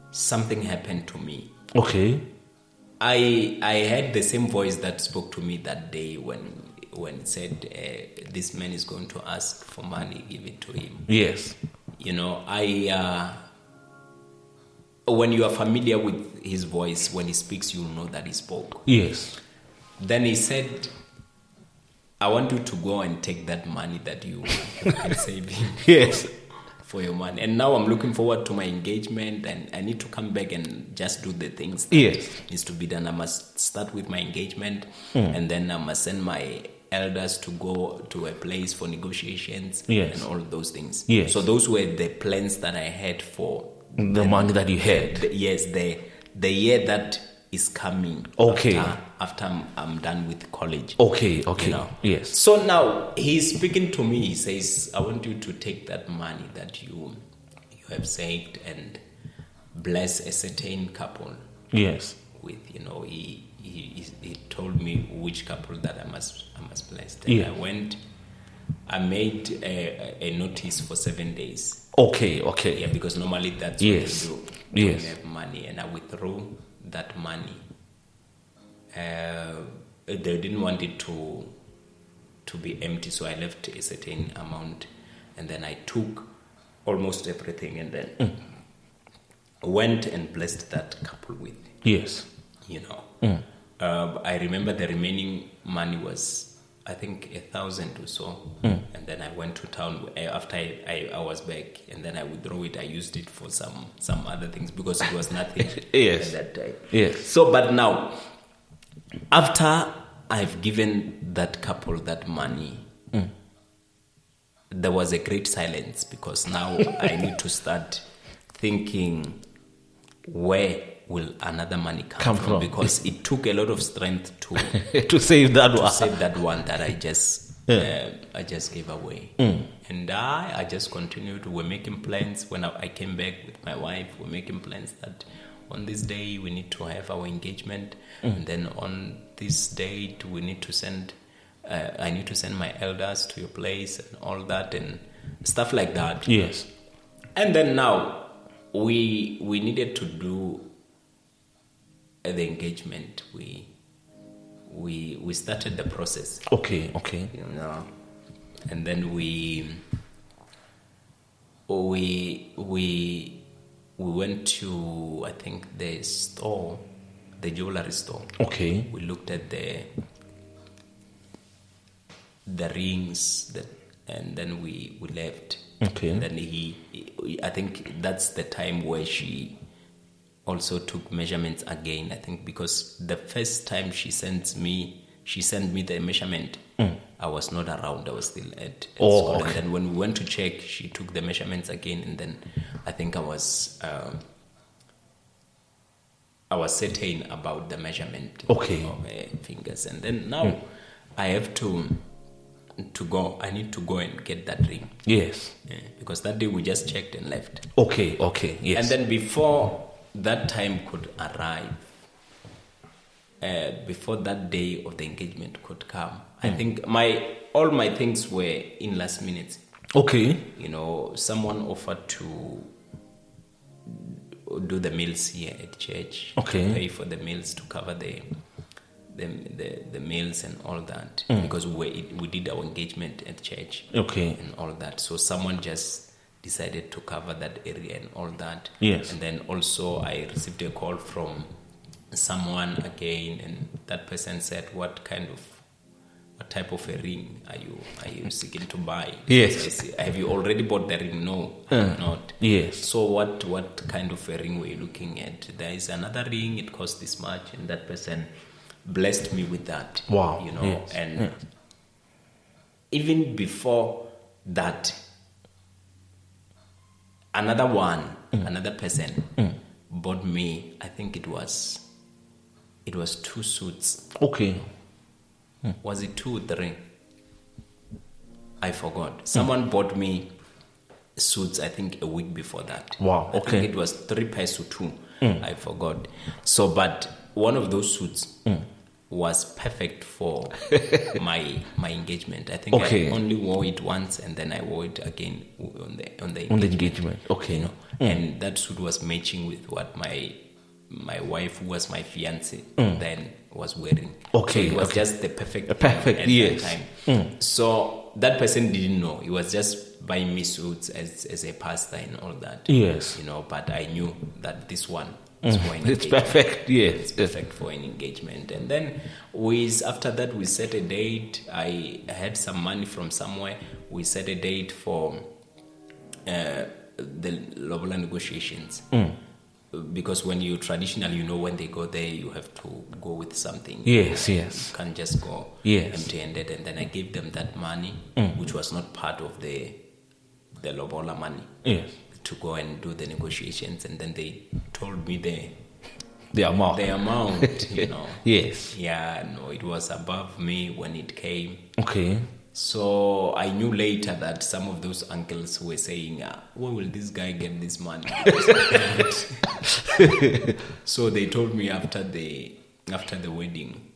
something happened to me. Okay. I I had the same voice that spoke to me that day when when it said uh, this man is going to ask for money, give it to him. Yes. You know, I uh, when you are familiar with his voice when he speaks, you'll know that he spoke. Yes. Then he said, I want you to go and take that money that you are saving Yes. for your money. And now I'm looking forward to my engagement and I need to come back and just do the things that Yes. needs to be done. I must start with my engagement Hmm. and then I must send my elders to go to a place for negotiations Yes. and all those things. Yes. So those were the plans that I had for The money that you had. the, yes, the the year that is coming. Okay. After, after I'm, I'm done with college. Okay, okay. You know. Yes. So now he's speaking to me. He says, "I want you to take that money that you you have saved and bless a certain couple Yes. with. You know, he he, he- he told me which couple that I must I must bless. Then Yeah. I went. I made a, a notice for seven days. Okay. Okay. Yeah, because normally that's Yes. what they do. Yes. Don't have money, and I withdrew that money. Uh, they didn't want it to to be empty, so I left a certain amount, and then I took almost everything, and then Mm. went and blessed that couple with, Yes. you know. Uh, I remember the remaining money was, I think, a thousand or so, and then I went to town uh, after I, I, I was back, and then I withdrew it. I used it for some some other things because it was nothing Yes. at that time. Yes. So, but now, after I've given that couple that money, there was a great silence because now I need to start thinking where will another money come, Come from? from. Because it took a lot of strength to, to save that to one. save that one that I just uh, I just gave away. And I I just continued. We're making plans. When I, I came back with my wife, we're making plans that on this day we need to have our engagement, and then on this date we need to send. Uh, I need to send my elders to your place and all that and stuff like that. Yes. And then now we we needed to do uh, the engagement. We we we started the process, Okay. Okay. you know, and then we we we we went to I think the store, the jewelry store. Okay. We looked at the the rings that, and then we we left. Okay. And then he, he- I think that's the time where she also took measurements again. I think because the first time she sent me, she sent me the measurement. I was not around. I was still at, at Mm. Oh, school. okay. And then when we went to check, she took the measurements again, and then I think I was. Um, I was certain about the measurement Okay. Mm. of uh, fingers, and then now I have to to go. I need to go and get that ring Yes. yeah, because that day we just checked and left. Okay. Okay. Yes. And then before that time could arrive, uh, before that day of the engagement could come, Hmm. I think my all my things were in last minute. okay. You know, someone offered to do the meals here at church. Okay. To pay for the meals to cover the the the, the meals and all that Hmm. because we we did our engagement at church Okay. and all that. So someone just decided to cover that area and all that. Yes. And then also I received a call from someone again, and that person said, "What kind of, what type of a ring are you are you seeking to buy? Yes. Uh, So I say, Have you already bought the ring? No, I have not. Yes. So what what kind of a ring were you looking at? There is another ring. It costs this much, and that person blessed me with that. Wow. You know, Yes. and Yes. even before that, another one, Mm. another person bought me. I think it was, it was two suits. Okay. Was it two or three? I forgot. Someone bought me suits. I think a week before that. Wow, I think okay. Mm. it was three pairs or two. I forgot. So, but one of those suits. Mm. Was perfect for my my engagement. I think Okay. I only wore it once, and then I wore it again on the on the On the engagement. Okay. you know, and that suit was matching with what my my wife, who was my fiance, then was wearing. Mm. Okay, so it was okay. just the perfect, The perfect, Mm. at that yes. time. So that person didn't know. He was just buying me suits as as a pastor and all that. Yes. you know, but I knew that this one is going. Mm. It's perfect. Yes. It's perfect for an engagement. And then we after that we set a date. I had some money from somewhere. We set a date for uh, the Lobola negotiations. Hmm. Because when you traditional, you know when they go there, you have to go with something. Yes. Yes. You can't just go Yes. Hmm. empty-handed. And then I gave them that money, which was not part of the the Lobola money, Yes. to go and do the negotiations. And then they told me the The amount. the amount, you know. Yes. Yeah, no, it was above me when it came. Okay. So I knew later that some of those uncles were saying, uh, "Where will this guy get this money?" so they told me after the after the wedding,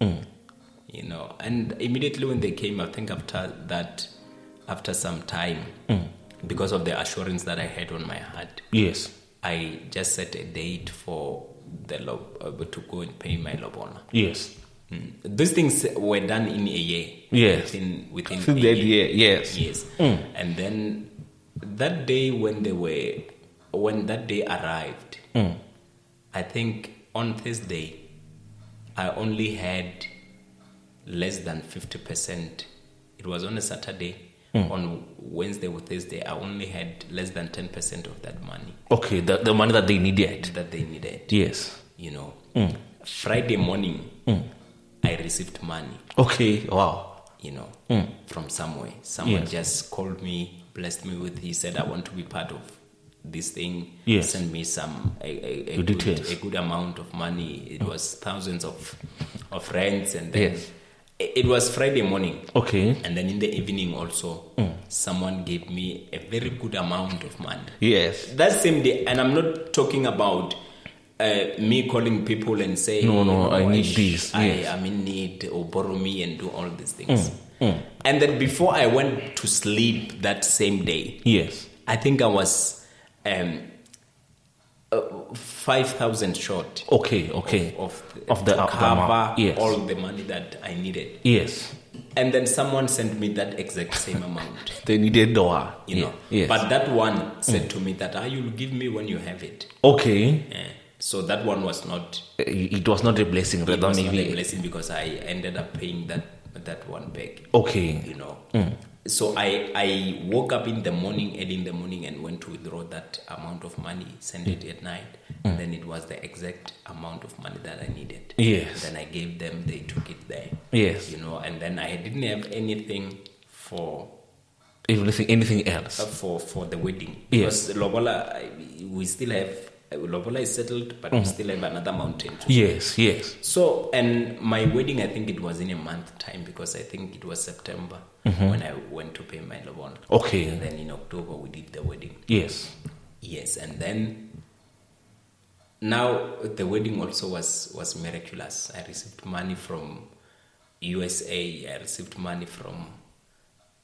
you know, and immediately when they came, I think after that, after some time, because of the assurance that I had on my heart, Yes. I just set a date for the lob- uh, to go and pay my lobona. Yes. Mm. These things were done in a year. Yes. Within within Since a that year. year, yes. Yes. And then that day when they were when that day arrived, Mm. I think on Thursday I only had less than fifty percent. It was on a Saturday. On Wednesday or Thursday, I only had less than ten percent of that money Okay, the, the money that they needed. that they needed. Yes. You know, Friday morning, I received money Okay, wow. you know, Hmm. from somewhere. Someone Yes. just called me, blessed me with. He said, "I want to be part of this thing. Yes. Send me some a, a, a, The good, details. a good amount of money. It was thousands of of rands, and then Yes. it, it was Friday morning, Okay. and then in the evening also, Hmm. someone gave me a very good amount of money. Yes. That same day, and I'm not talking about uh, me calling people and saying, No, no, I need sh- this, I yes. Mm, am in need, or borrow me and do all these things. And then before I went to sleep that same day, Yes. I think I was um, uh, 5,000 short Okay, okay. of, Of the- to of the cover amount, yes. all the money that I needed. Yes. And then someone sent me that exact same amount. They needed Doha. You know, Yes. Mm. but that one said to me that ah, you'll give me when you have it. okay. Yeah. So that one was not Uh, It was not a blessing, it rather was not a maybe. blessing because I ended up paying that that one back. Okay. You know. So I I woke up in the morning, early in the morning, and went to withdraw that amount of money, send it at night, and then it was the exact amount of money that I needed. Yes. Then I gave them. They took it there. Yes. You know, and then I didn't have anything for Everything, anything else. uh, for for the wedding Yes. because Lobola I- we still have Lobola is settled but we still have another mountain to Yes, yes. so and my wedding I think it was in a month time because I think it was September when I went to pay my Lobola and Mm-hmm. Okay. then in October we did the wedding Yes. yes and then now the wedding also was was miraculous I received money from USA I received money from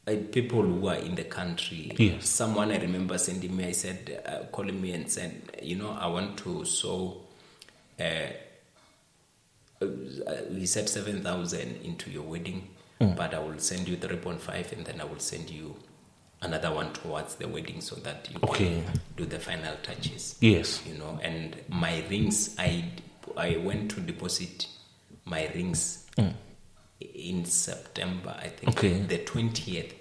uh, people who are in the country. Yes. Someone I remember sending me, I said, uh, calling me and said, you know, I want to sow. Uh, uh, we said seven thousand into your wedding, but I will send you three point five, and then I will send you another one towards the wedding, so that you Okay. can do the final touches. Yes. You know, and my rings, I I went to deposit my rings in September, I think, Okay. the twentieth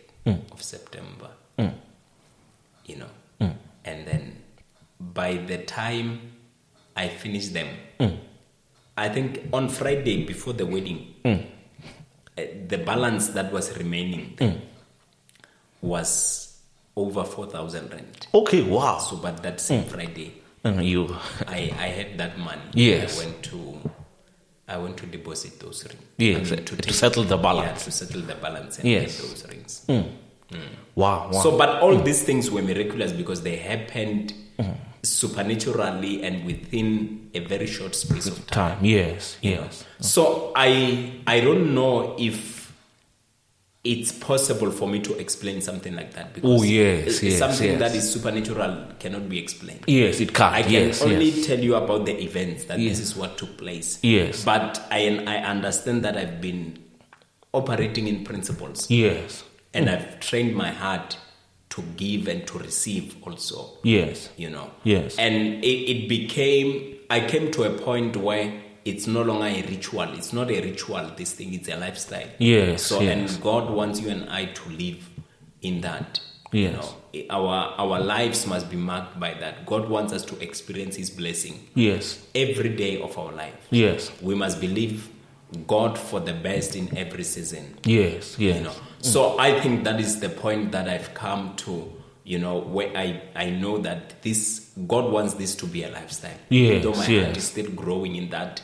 of September. You know, and then by the time I finished them, I think on Friday before the wedding, uh, the balance that was remaining was over four thousand rand. Okay, wow. So, but that same Friday, Mm, You. I, I had that money. Yes. I went to I went to deposit those rings. Yes, I to settle the balance. Yeah, to settle the balance and Yes. get those rings. Wow, wow. Mm. Mm-hmm. So but all these things were miraculous because they happened supernaturally and within a very short space of time. Time. Yes, yes. So I I don't know if it's possible for me to explain something like that because Oh, yes, it- it's yes, something yes. that is supernatural cannot be explained. Yes, it can. I can yes, only yes. tell you about the events that this is what took place. Yes. But I I understand that I've been operating in principles Yes, and I've trained my heart to give and to receive also yes. you know Yes. and it, it became i came to a point where it's no longer a ritual it's not a ritual this thing it's a lifestyle Yes, so yes. and god wants you and i to live in that you Yes. know I- our our lives must be marked by that god wants us to experience his blessing Yes, every day of our life yes, we must believe god for the best in every season yes, yes. you know so i think that is the point that i've come to you know where i i know that this god wants this to be a lifestyle Yes, though my yes. heart is still growing in that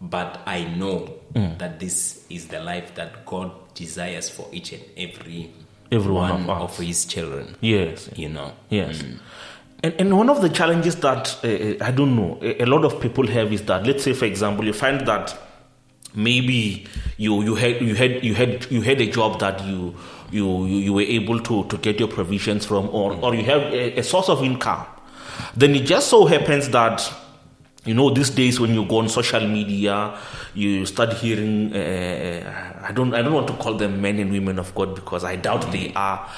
but I know Mm. that this is the life that God desires for each and every Every one of us. of Mm. His children. Yes. You know, Yes. And, and one of the challenges that uh, I don't know a, a lot of people have is that let's say for example you find that maybe you you had you had you had you had a job that you you you, you were able to to get your provisions from or or you have a, a source of income then it just so happens that you know these days when you go on social media you start hearing uh, i don't i don't want to call them men and women of god because i doubt they are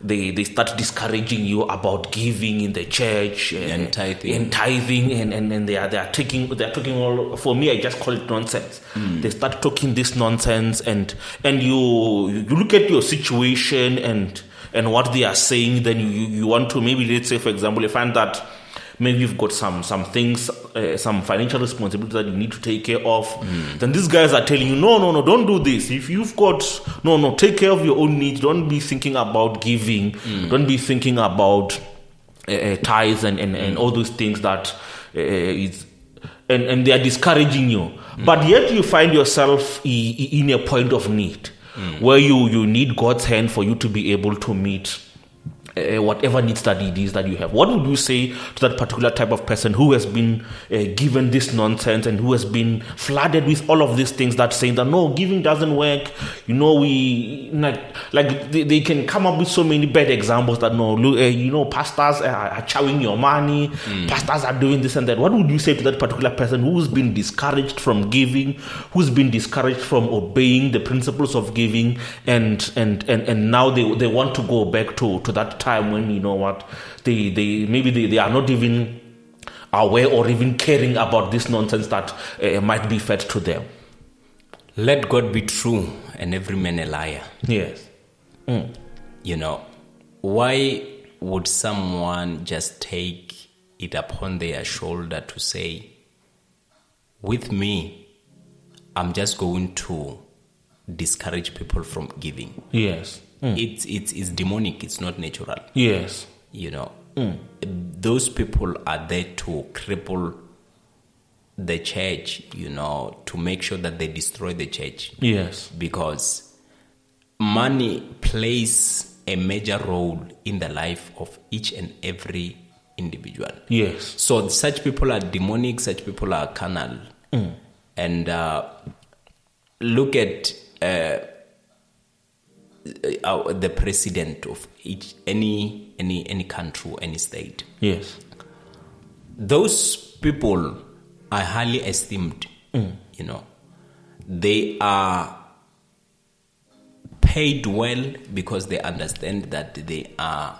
they they start discouraging you about giving in the church uh, And tithing. and tithing and, and, and they are they are taking they are talking all for me I just call it nonsense. They start talking this nonsense and and you you look at your situation and and what they are saying then you, you you want to maybe let's say for example you find that maybe you've got some some things uh, some financial responsibility that you need to take care of then these guys are telling you no no no don't do this if you've got no no take care of your own needs don't be thinking about giving don't be thinking about uh, uh, tithes and, and, and all those things that uh, is and, and they are discouraging you but yet you find yourself i- i- in a point of need where you, you need god's hand for you to be able to meet uh, whatever needs that it is that you have what would you say to that particular type of person who has been uh, given this nonsense and who has been flooded with all of these things that saying that no giving doesn't work you know we like like they, they can come up with so many bad examples that no look, uh, you know pastors are, are chowing your money pastors are doing this and that what would you say to that particular person who's been discouraged from giving who's been discouraged from obeying the principles of giving and and and, and now they they want to go back to to that time when you know what they they maybe they, they are not even aware or even caring about this nonsense that uh, might be fed to them let God be true and every man a liar. yes You know, why would someone just take it upon their shoulder to say, with me, I'm just going to discourage people from giving? yes It's, it's, it's demonic, it's not natural. yes You know, those people are there to cripple the church, you know, to make sure that they destroy the church yes because money plays a major role in the life of each and every individual. yes So such people are demonic, such people are carnal. And uh, look at uh, uh, the president of each, any, any, any country, any state. yes Those people are highly esteemed, you know. They are paid well because they understand that they are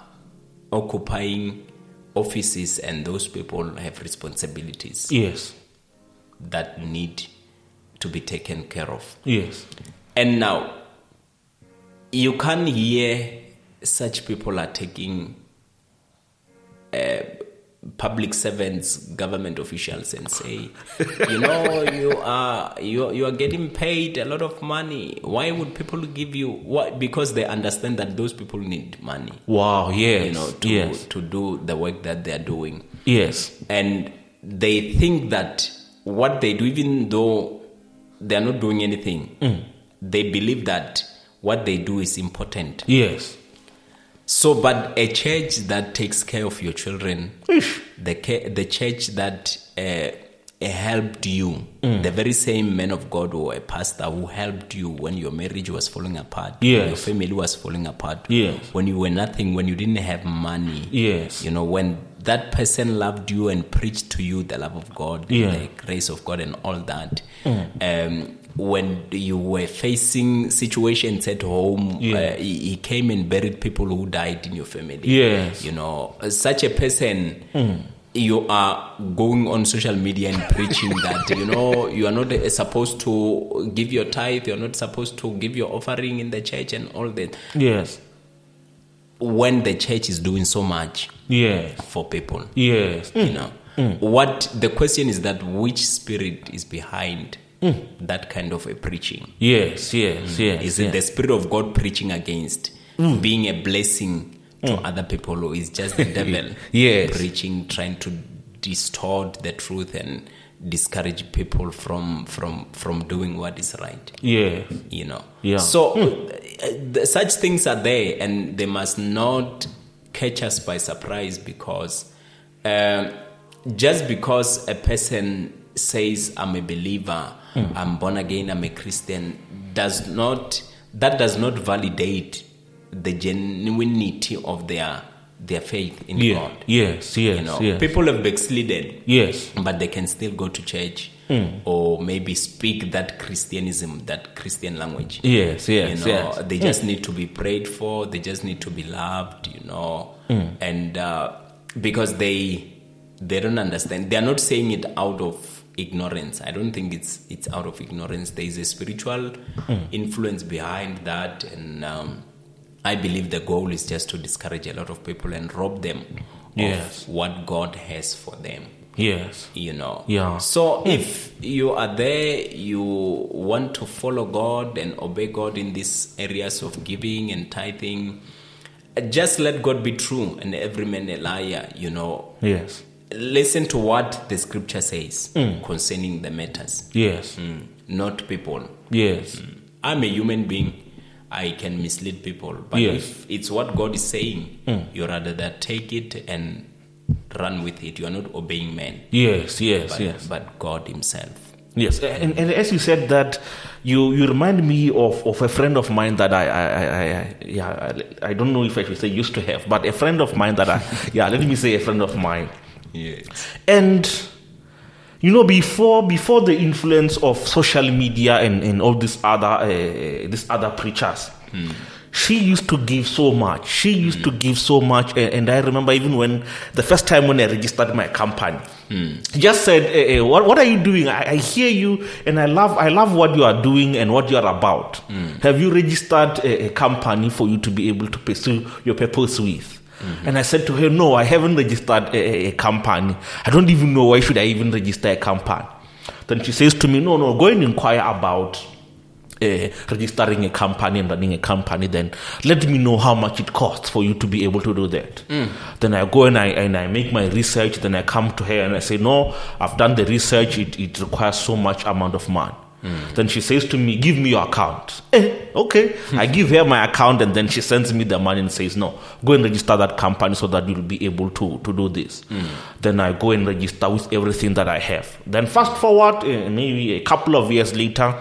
occupying offices and those people have responsibilities yes that need to be taken care of. yes And now, you can hear such people are taking uh, public servants, government officials, and say, you know, you are you you are getting paid a lot of money. Why would people give you? Why? Because they understand that those people need money, wow yes you know, to yes to do the work that they are doing yes and they think that what they do, even though they are not doing anything, Mm. they believe that what they do is important. yes So, but a church that takes care of your children, the ca- the church that uh, helped you, Mm. the very same man of God or a pastor who helped you when your marriage was falling apart, when your Yes. family was falling apart, Yes. when you were nothing, when you didn't have money, yes you know, when that person loved you and preached to you the love of God, Yeah. Mm. the grace of God, and all that. Um, when you were facing situations at home, Yeah. uh, he, he came and buried people who died in your family. Yes. Mm. You know, such a person. You are going on social media and preaching that you know you are not uh, supposed to give your tithe, you're not supposed to give your offering in the church and all that. yes When the church is doing so much yes for people, yes you know what the question is that which spirit is behind that kind of a preaching Yes, Mm. yes, yes. is it the spirit of god preaching against being a blessing to other people or is just the devil Yes. preaching trying to distort the truth and discourage people from from from doing what is right Yeah. you know Yeah. Hmm. so uh, th- such things are there and they must not catch us by surprise because um, just because a person says i'm a believer Hmm. i'm born again i'm a christian does not that does not validate the genuinity of their their faith in Yeah. god Yes. Yes. you know yes. people have backslidden yes. but they can still go to church Hmm. or maybe speak that Christianism, that Christian language. Yes. You Yes. know, yes. they just need to be prayed for. They just need to be loved. You know, Mm. and uh, because they they don't understand, they are not saying it out of ignorance. I don't think it's it's out of ignorance. There is a spiritual Mm. influence behind that, and um, I believe the goal is just to discourage a lot of people and rob them Yes. of what God has for them yes. you know Yeah. so if you are there you want to follow god and obey god in these areas of giving and tithing just let god be true and every man a liar you know Yes. listen to what the scripture says Mm. concerning the matters Yes. Mm, not people Yes. i'm a human being i can mislead people but Yes. Mm. if it's what god is saying you rather that take it and run with it you are not obeying men Yes. Yes. but, yes. but God Himself. Yes, and, and as you said that, you, you remind me of, of a friend of mine that I, I, I, I yeah I, I don't know if I should say used to have, but a friend of mine that I yeah let me say a friend of mine, Yes. and you know before before the influence of social media and, and all these other uh, these other preachers. She used to give so much. She used to give so much, and, and I remember even when the first time when I registered my company, she just said, eh, eh, what, "What are you doing? I, I hear you, and I love, I love what you are doing and what you are about. Have you registered a, a company for you to be able to pursue your purpose with?" And I said to her, "No, I haven't registered a, a- a company. I don't even know why should I even register a company." Then she says to me, "No, no, go and inquire about." uh, registering a company and running a company, then let me know how much it costs for you to be able to do that. Then I go and I and I make my research. Then I come to her and I say, no, I've done the research. It, it requires so much amount of money. Then she says to me, give me your account. Eh, okay. I give her my account and then she sends me the money and says, no, go and register that company so that you'll be able to, to do this. Then I go and register with everything that I have. Then fast forward eh, maybe a couple of years later,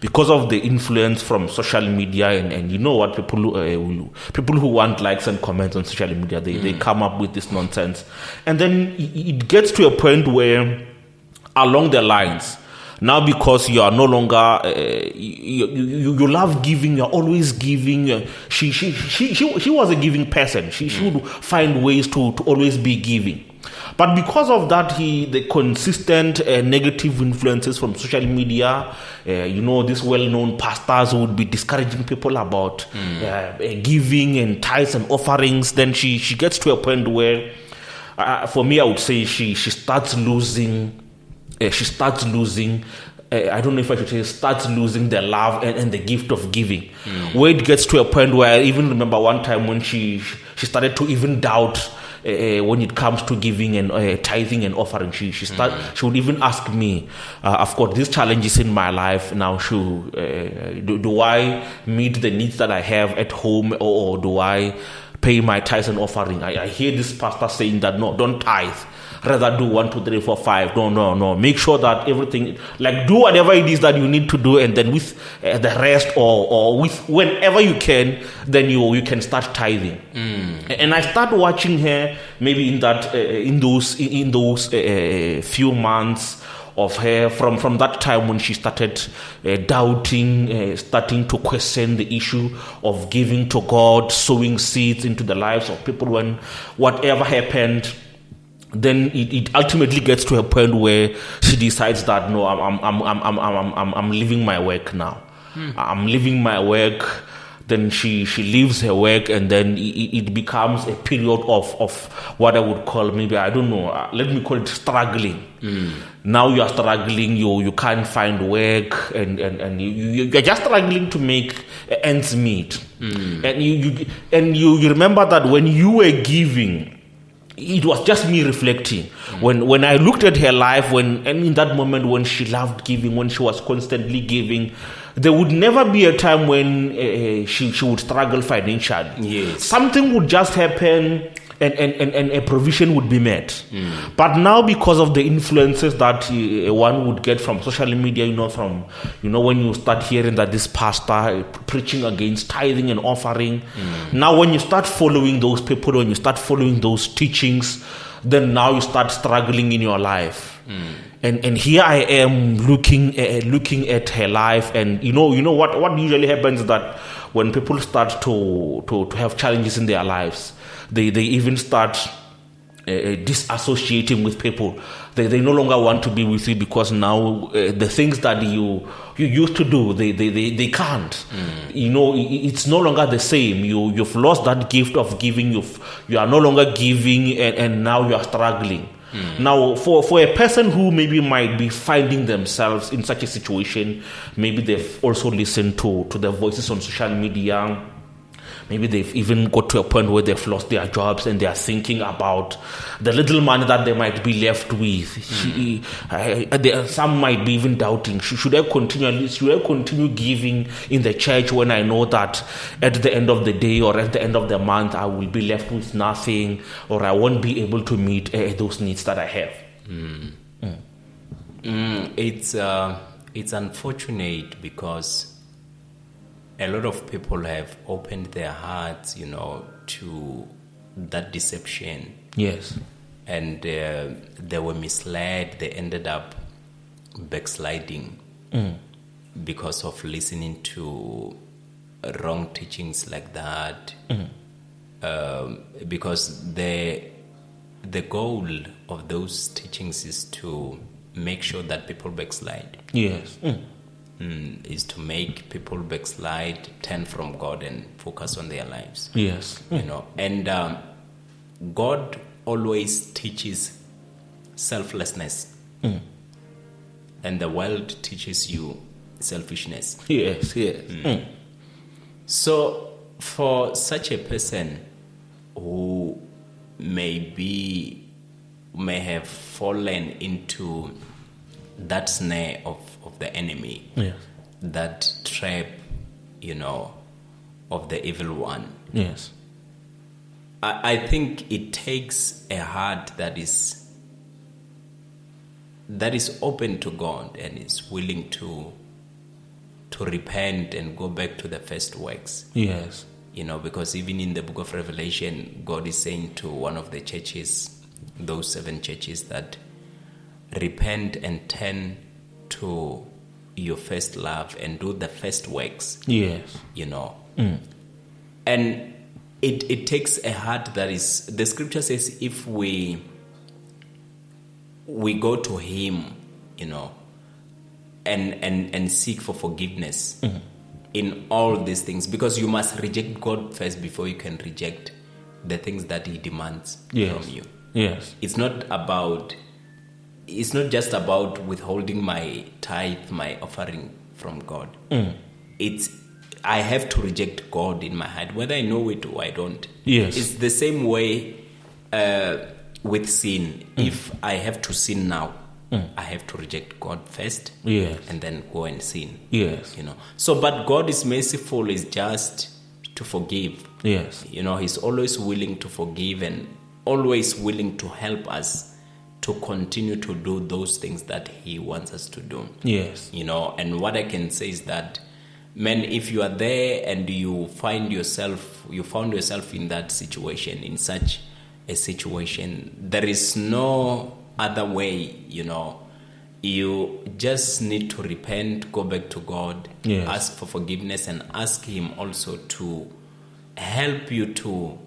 because of the influence from social media and, and you know what people who, uh, will- people who want likes and comments on social media they, they come up with this nonsense and then i- i- it gets to a point where along the lines now because you are no longer uh, you, you, you, you love giving you're always giving you're- she, she, she, she, she was a giving person she, she would find ways to, to always be giving but because of that, he the consistent uh, negative influences from social media, uh, you know, these well-known pastors would be discouraging people about uh, uh, giving and tithes and offerings. Then she she gets to a point where, uh, for me, I would say she she starts losing, uh, she starts losing. Uh, I don't know if I should say starts losing the love and, and the gift of giving, where it gets to a point where I even remember one time when she she started to even doubt uh, when it comes to giving and uh, tithing and offering. She she start, she would even ask me, uh, "I've got these challenges in my life now. Should uh, do, do I meet the needs that I have at home, or, or do I pay my tithes and offering?" I, I hear this pastor saying that no, don't tithe. Rather do one, two, three, four, five. No, no, no. Make sure that everything, like, do whatever it is that you need to do, and then with uh, the rest, or or with whenever you can, then you you can start tithing. A- And I start watching her maybe in that uh, in those in, in those uh, few months of her from from that time when she started uh, doubting, uh, starting to question the issue of giving to God, sowing seeds into the lives of people. When whatever happened. Then it, it ultimately gets to a point where she decides that no, I'm I'm I'm I'm I'm I'm, I'm, I'm leaving my work now. I'm leaving my work. Then she, she leaves her work, and then i- i- it becomes a period of, of what I would call maybe, I don't know, uh, let me call it struggling. Now you are struggling, you, you can't find work, and, and, and you, you, you're just struggling to make ends meet. And, you, you, and you, you remember that when you were giving, it was just me reflecting when when I looked at her life when and in that moment when she loved giving when she was constantly giving there would never be a time when uh, she she would struggle financially Yes. something would just happen and, and, and, and a provision would be met. But now, because of the influences that uh, one would get from social media, you know, from, you know, when you start hearing that this pastor uh, preaching against tithing and offering, now when you start following those people, when you start following those teachings, then now you start struggling in your life. And, and here I am looking uh, looking at her life, and you know you know what, what usually happens is that when people start to, to, to have challenges in their lives, they, they even start uh, uh, disassociating with people. They, they no longer want to be with you because now uh, the things that you you used to do, they, they, they, they can't. You know, i- i- it's no longer the same. You, you've lost that gift of giving. You've, you are no longer giving and, and now you are struggling. Hmm. Now, for, for a person who maybe might be finding themselves in such a situation, maybe they've also listened to, to the voices on social media. Maybe they've even got to a point where they've lost their jobs and they are thinking about the little money that they might be left with. She- I- I- there- some might be even doubting: should, should I continue? Should I continue giving in the church when I know that at the end of the day or at the end of the month I will be left with nothing, or I won't be able to meet uh, those needs that I have? Mm, it's uh, it's unfortunate because a lot of people have opened their hearts, you know, to that deception, Yes. and uh, they were misled. They ended up backsliding because of listening to wrong teachings like that. Um, because the the goal of those teachings is to make sure that people backslide Yes. Mm. mm, is to make people backslide, turn from God, and focus on their lives. Yes. You know, and um, God always teaches selflessness, and the world teaches you selfishness. Yes. Yes. Mm. So, for such a person who may be, may have fallen into that snare of, of the enemy, Mm. Yes. that trap, you know, of the evil one. Yes. I, I think it takes a heart that is that is open to God and is willing to to repent and go back to the first works. Yes. You know, because even in the book of Revelation, God is saying to one of the churches, those seven churches, that repent and turn to your first love and do the first works Yes. you know. And it, it takes a heart that is, the scripture says, if we, we go to Him, you know, and, and, and seek for forgiveness in all these things, because you must reject God first before you can reject the things that He demands Yes. from you Yes. it's not about it's not just about withholding my tithe my offering from god Mm. it's i have to reject god in my heart whether i know it or i don't Yes. it's the same way uh, with sin Mm. if i have to sin now i have to reject god first Yes. and then go and sin Yes. you know so but god is merciful is just to forgive Yes. you know, he's always willing to forgive and always willing to help us to continue to do those things that he wants us to do. Yes. You know, and what I can say is that man, if you are there and you find yourself you found yourself in that situation, in such a situation, there is no other way, you know. You just need to repent, go back to God, Yes. ask for forgiveness and ask him also to help you to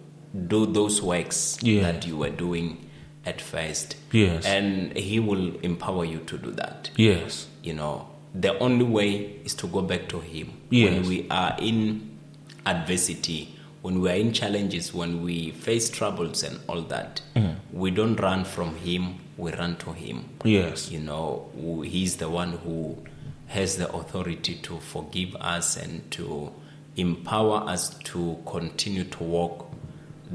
do those works Yes. that you were doing at first. Yes. And he will empower you to do that Yes. you know the only way is to go back to him Yes. when we are in adversity when we are in challenges when we face troubles and all that we don't run from him we run to him Yes. you know who- he's the one who has the authority to forgive us and to empower us to continue to walk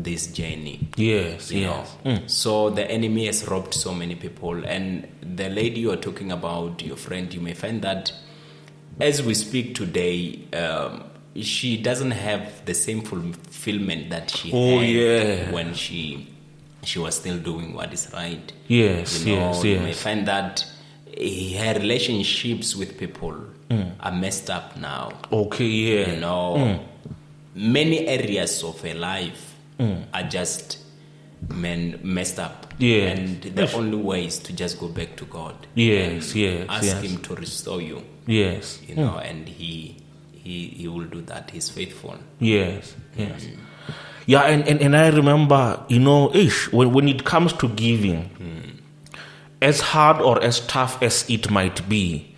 this journey. Yes, you yes. know. So the enemy has robbed so many people. And the lady you're talking about, your friend, you may find that as we speak today, um, she doesn't have the same fulfillment that she Oh, had yeah. when she she was still doing what is right. Yes, you know, yes, you may yes. find that eh, her relationships with people Mm. are messed up now Okay, yeah. you know many areas of her life are just men messed up Yeah. and the Yes. only way is to just go back to god Yes, and yes, ask yes. Hmm. him to restore you Yes. you know and he he he will do that he's faithful Yes, yes. Mm. Yeah, and, and, and I remember, you know, ish, when, when it comes to giving, as hard or as tough as it might be,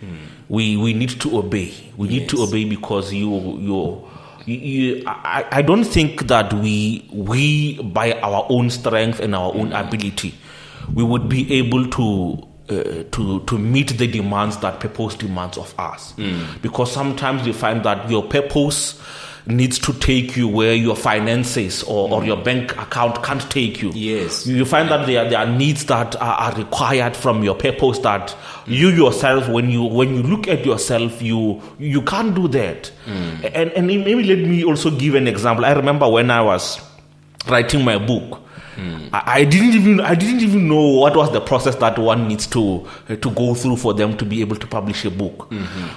we, we need to obey. We need to Yes. obey because you, you, you, you I, I I don't think that we, we, by our own strength and our own ability, we would be able to. Uh, to to meet the demands that purpose demands of us, Hmm. because sometimes you find that your purpose needs to take you where your finances or, or your bank account can't take you. Hmm. Yes. You you find that there, there are needs that are, are required from your purpose that you yourself, when you when you look at yourself, you you can't do that. And and maybe let me also give an example. I remember when I was writing my book. I, I didn't even I didn't even know what was the process that one needs to to go through for them to be able to publish a book.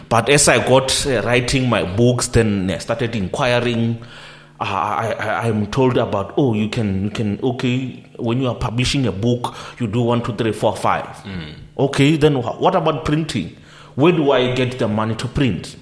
But as I got uh, writing my books, then I started inquiring I, I, I'm told about oh you can you can okay when you are publishing a book you do one two three four five okay then wh- what about printing where do I get the money to print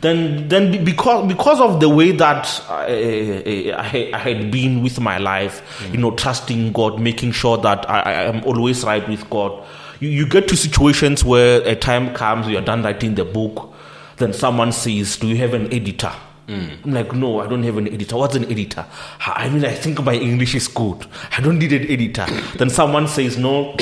then then be- because because of the way that I, I, I- I had been with my life, you know, trusting God, making sure that I, I am always right with God. You, you get to situations where a time comes, you're done writing the book, then someone says, "Do you have an editor?" I'm like, "No, I don't have an editor. What's an editor? I mean, I think my English is good. I don't need an editor." then someone says, "No,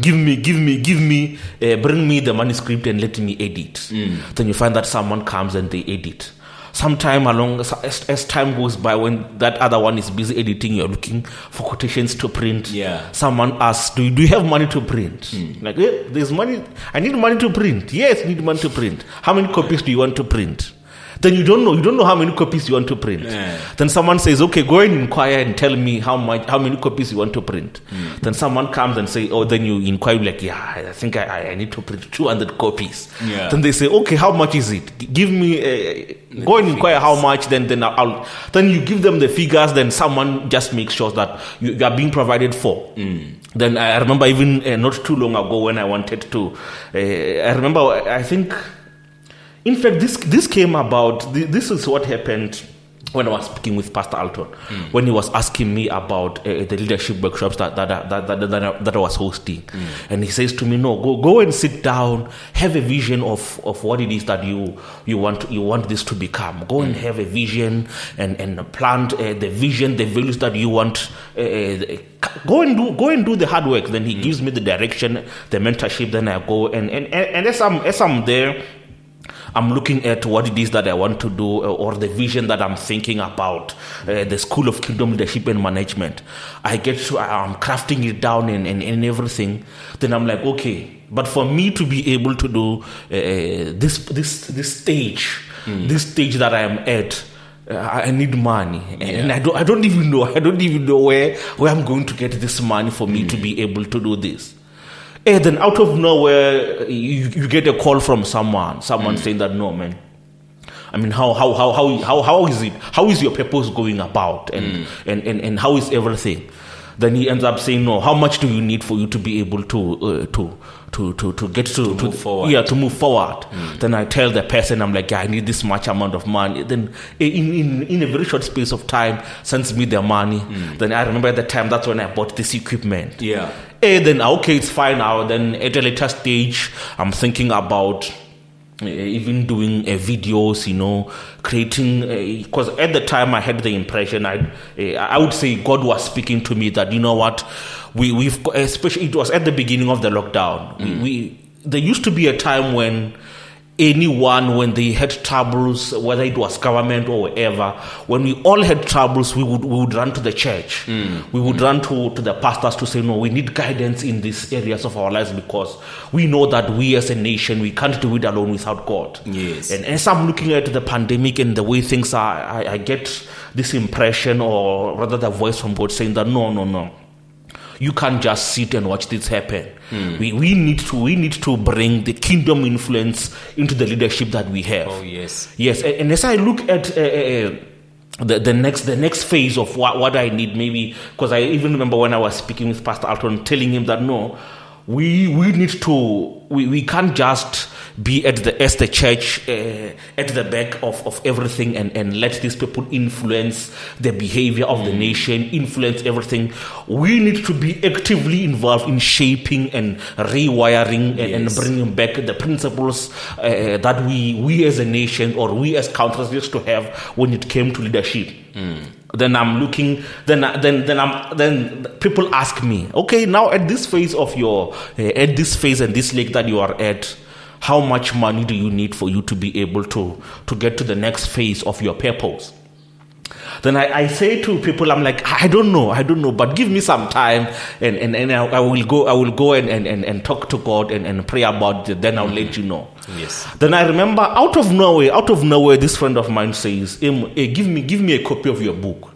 give me, give me, give me, uh, bring me the manuscript and let me edit." Then you find that someone comes and they edit. Sometime along, as, as time goes by, when that other one is busy editing, you're looking for quotations to print. Yeah. Someone asks, "Do you, do you have money to print?" Hmm. Like, yeah, there's money. I need money to print. Yes, need money to print. How many copies do you want to print? Then you don't know. You don't know how many copies you want to print. Yeah. Then someone says, "Okay, go and inquire and tell me how much, how many copies you want to print." Hmm. Then someone comes and say, "Oh," then you inquire like, "Yeah, I think I- I, I need to print 200 copies." Yeah. Then they say, "Okay, how much is it? G- Give me, uh, go and inquire how much." Then then I'll, then you give them the figures. Then someone just makes sure that you, you are being provided for. Then I I remember even uh, not too long ago when I wanted to, uh, I remember I I think in fact, this this came about. thi- This is what happened when I was speaking with Pastor Alton, when he was asking me about uh, the leadership workshops that that I- that, that, that, I, that I was hosting, and he says to me, "No, go go and sit down, have a vision of, of what it is that you you want you want this to become. Go and have a vision and and plant uh, the vision, the values that you want." Uh, uh, go and do go and do the hard work. Then he gives me the direction, the mentorship. Then I go and and, and, and as I'm as I'm there. I'm looking at what it is that I want to do uh, or the vision that I'm thinking about, uh, the School of Kingdom Leadership and Management. I get to, I'm crafting it down and, and, and everything. Then I'm like, okay, but for me to be able to do uh, this, this, this stage, this stage that I am at, uh, I I need money, and I don't. I don't even know. I don't even know where where I'm going to get this money for me to be able to do this. And then out of nowhere, you, you get a call from someone. Mm. Someone saying that, no, man. I mean, how, how, how, how, how, how is it? How is your purpose going about? Mm. And, and, and, and how is everything? Then he ends up saying, no, how much do you need for you to be able to, uh, to, to, to, to get to, to move forward. Mm. Yeah, to move forward. Then I tell the person, I'm like, yeah, I need this much amount of money. Then eh, in, in, in a very short space of time, sends me the money. Mm. Then I remember at the time, that's when I bought this equipment. yeah Eh, then okay, it's fine now. Then at a later stage, I'm thinking about eh, even doing eh, videos, you know, creating. Because at the time, I had the impression I, eh, I would say God was speaking to me that you know what, we we've got- especially it was at the beginning of the lockdown. We, we there used to be a time when anyone when they had troubles, whether it was government or whatever, when we all had troubles, we would, we would run to the church. We would run to, to the pastors to say, no, we need guidance in these areas of our lives because we know that we as a nation, we can't do it alone without God. Yes. And as I'm looking at the pandemic and the way things are, I, I get this impression or rather the voice from God saying that, no, no, no you can't just sit and watch this happen. We, we need to we need to bring the kingdom influence into the leadership that we have. Oh, yes. Yes, a- and as I look at uh, uh, uh, the, the next the next phase of what, what I need, maybe because I even remember when I was speaking with Pastor Alton, telling him that no, we we need to we, we can't just be at the as the church uh, at the back of, of everything and, and let these people influence the behavior of the nation, influence everything. We need to be actively involved in shaping and rewiring and, and Yes. bringing bringing back the principles uh, that we we as a nation or we as countries used to have when it came to leadership. Then I'm looking. Then I- then then I'm then people ask me, okay, now at this phase of your uh, at this phase and this leg that you are at. How much money do you need for you to be able to to get to the next phase of your purpose? then I, I say to people, I'm like, I don't know, I don't know, but give me some time and, and, and I, I will go, I will go and, and, and, and talk to God and, and pray about it. Then I'll let you know. Yes. Then I remember out of nowhere, out of nowhere, this friend of mine says, "Em, eh, give me, give me a copy of your book.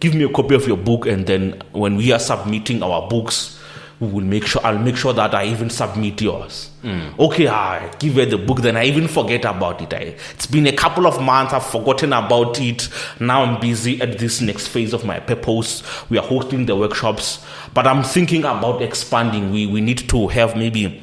Give me a copy of your book. And then when we are submitting our books, we will make sure, I'll make sure that I even submit yours. Okay, I give her the book. Then I even forget about it. I, it's been a couple of months. I've forgotten about it. Now I'm busy at this next phase of my purpose. We are hosting the workshops, but I'm thinking about expanding. We, we need to have maybe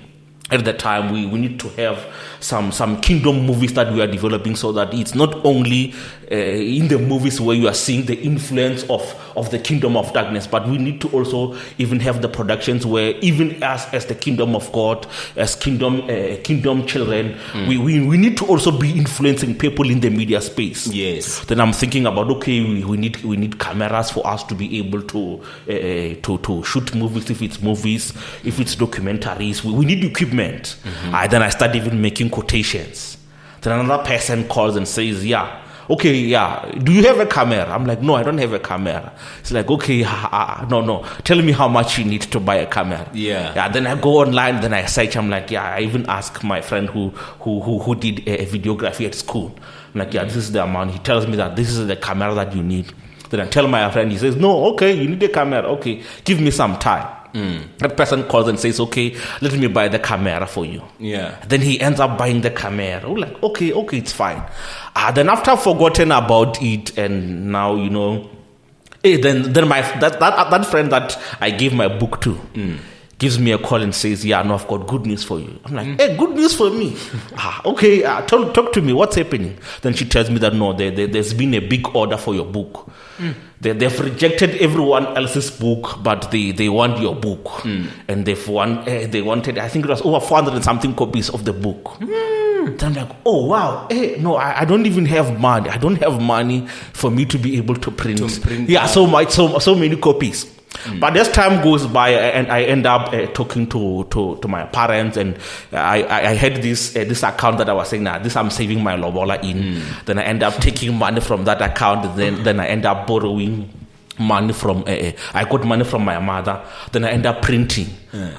at the time we, we need to have some some kingdom movies that we are developing so that it's not only uh, in the movies where you are seeing the influence of of the kingdom of darkness but we need to also even have the productions where even us as the kingdom of god as kingdom uh, kingdom children we, we we need to also be influencing people in the media space Yes. then I'm thinking about okay, we, we need we need cameras for us to be able to uh, to to shoot movies if it's movies, if it's documentaries. We, we need equipment. I, then I start even making quotations. Then another person calls and says, "Yeah, okay, yeah. Do you have a camera?" I'm like, "No, I don't have a camera." It's like, "Okay, ha, ha, ha. no, no. Tell me how much you need to buy a camera." Yeah. yeah. Then I go online. Then I search. I'm like, "Yeah." I even ask my friend who who who, who did uh, videography at school. I'm like, yeah, this is the amount. He tells me that this is the camera that you need. Then I tell my friend, he says, no, okay, you need a camera. Okay, give me some time. That person calls and says, okay, let me buy the camera for you. Yeah. Then he ends up buying the camera. We're like, okay, okay, it's fine. Ah, then after I've forgotten about it, and now you know, eh, then then my that that that friend that I gave my book to. Gives me a call and says, "Yeah, no, I've got good news for you." I'm like, "Hey, good news for me? ah, okay, ah, tell, talk to me. What's happening?" Then she tells me that no, there, there, has been a big order for your book. They, they've rejected everyone else's book, but they, they want your book, and they've want, eh, they wanted. I think it was over 400 and something copies of the book. Then I'm like, oh wow, hey, no, I, I don't even have money. I don't have money for me to be able to print. To print yeah, so much, so so many copies. But as time goes by, I- and I end up uh, talking to, to, to my parents, and I, I, I had this uh, this account that I was saying, nah, this I'm saving my lobola in. Then I end up taking money from that account. Then then I end up borrowing money from uh, uh, I got money from my mother. Then I end up printing.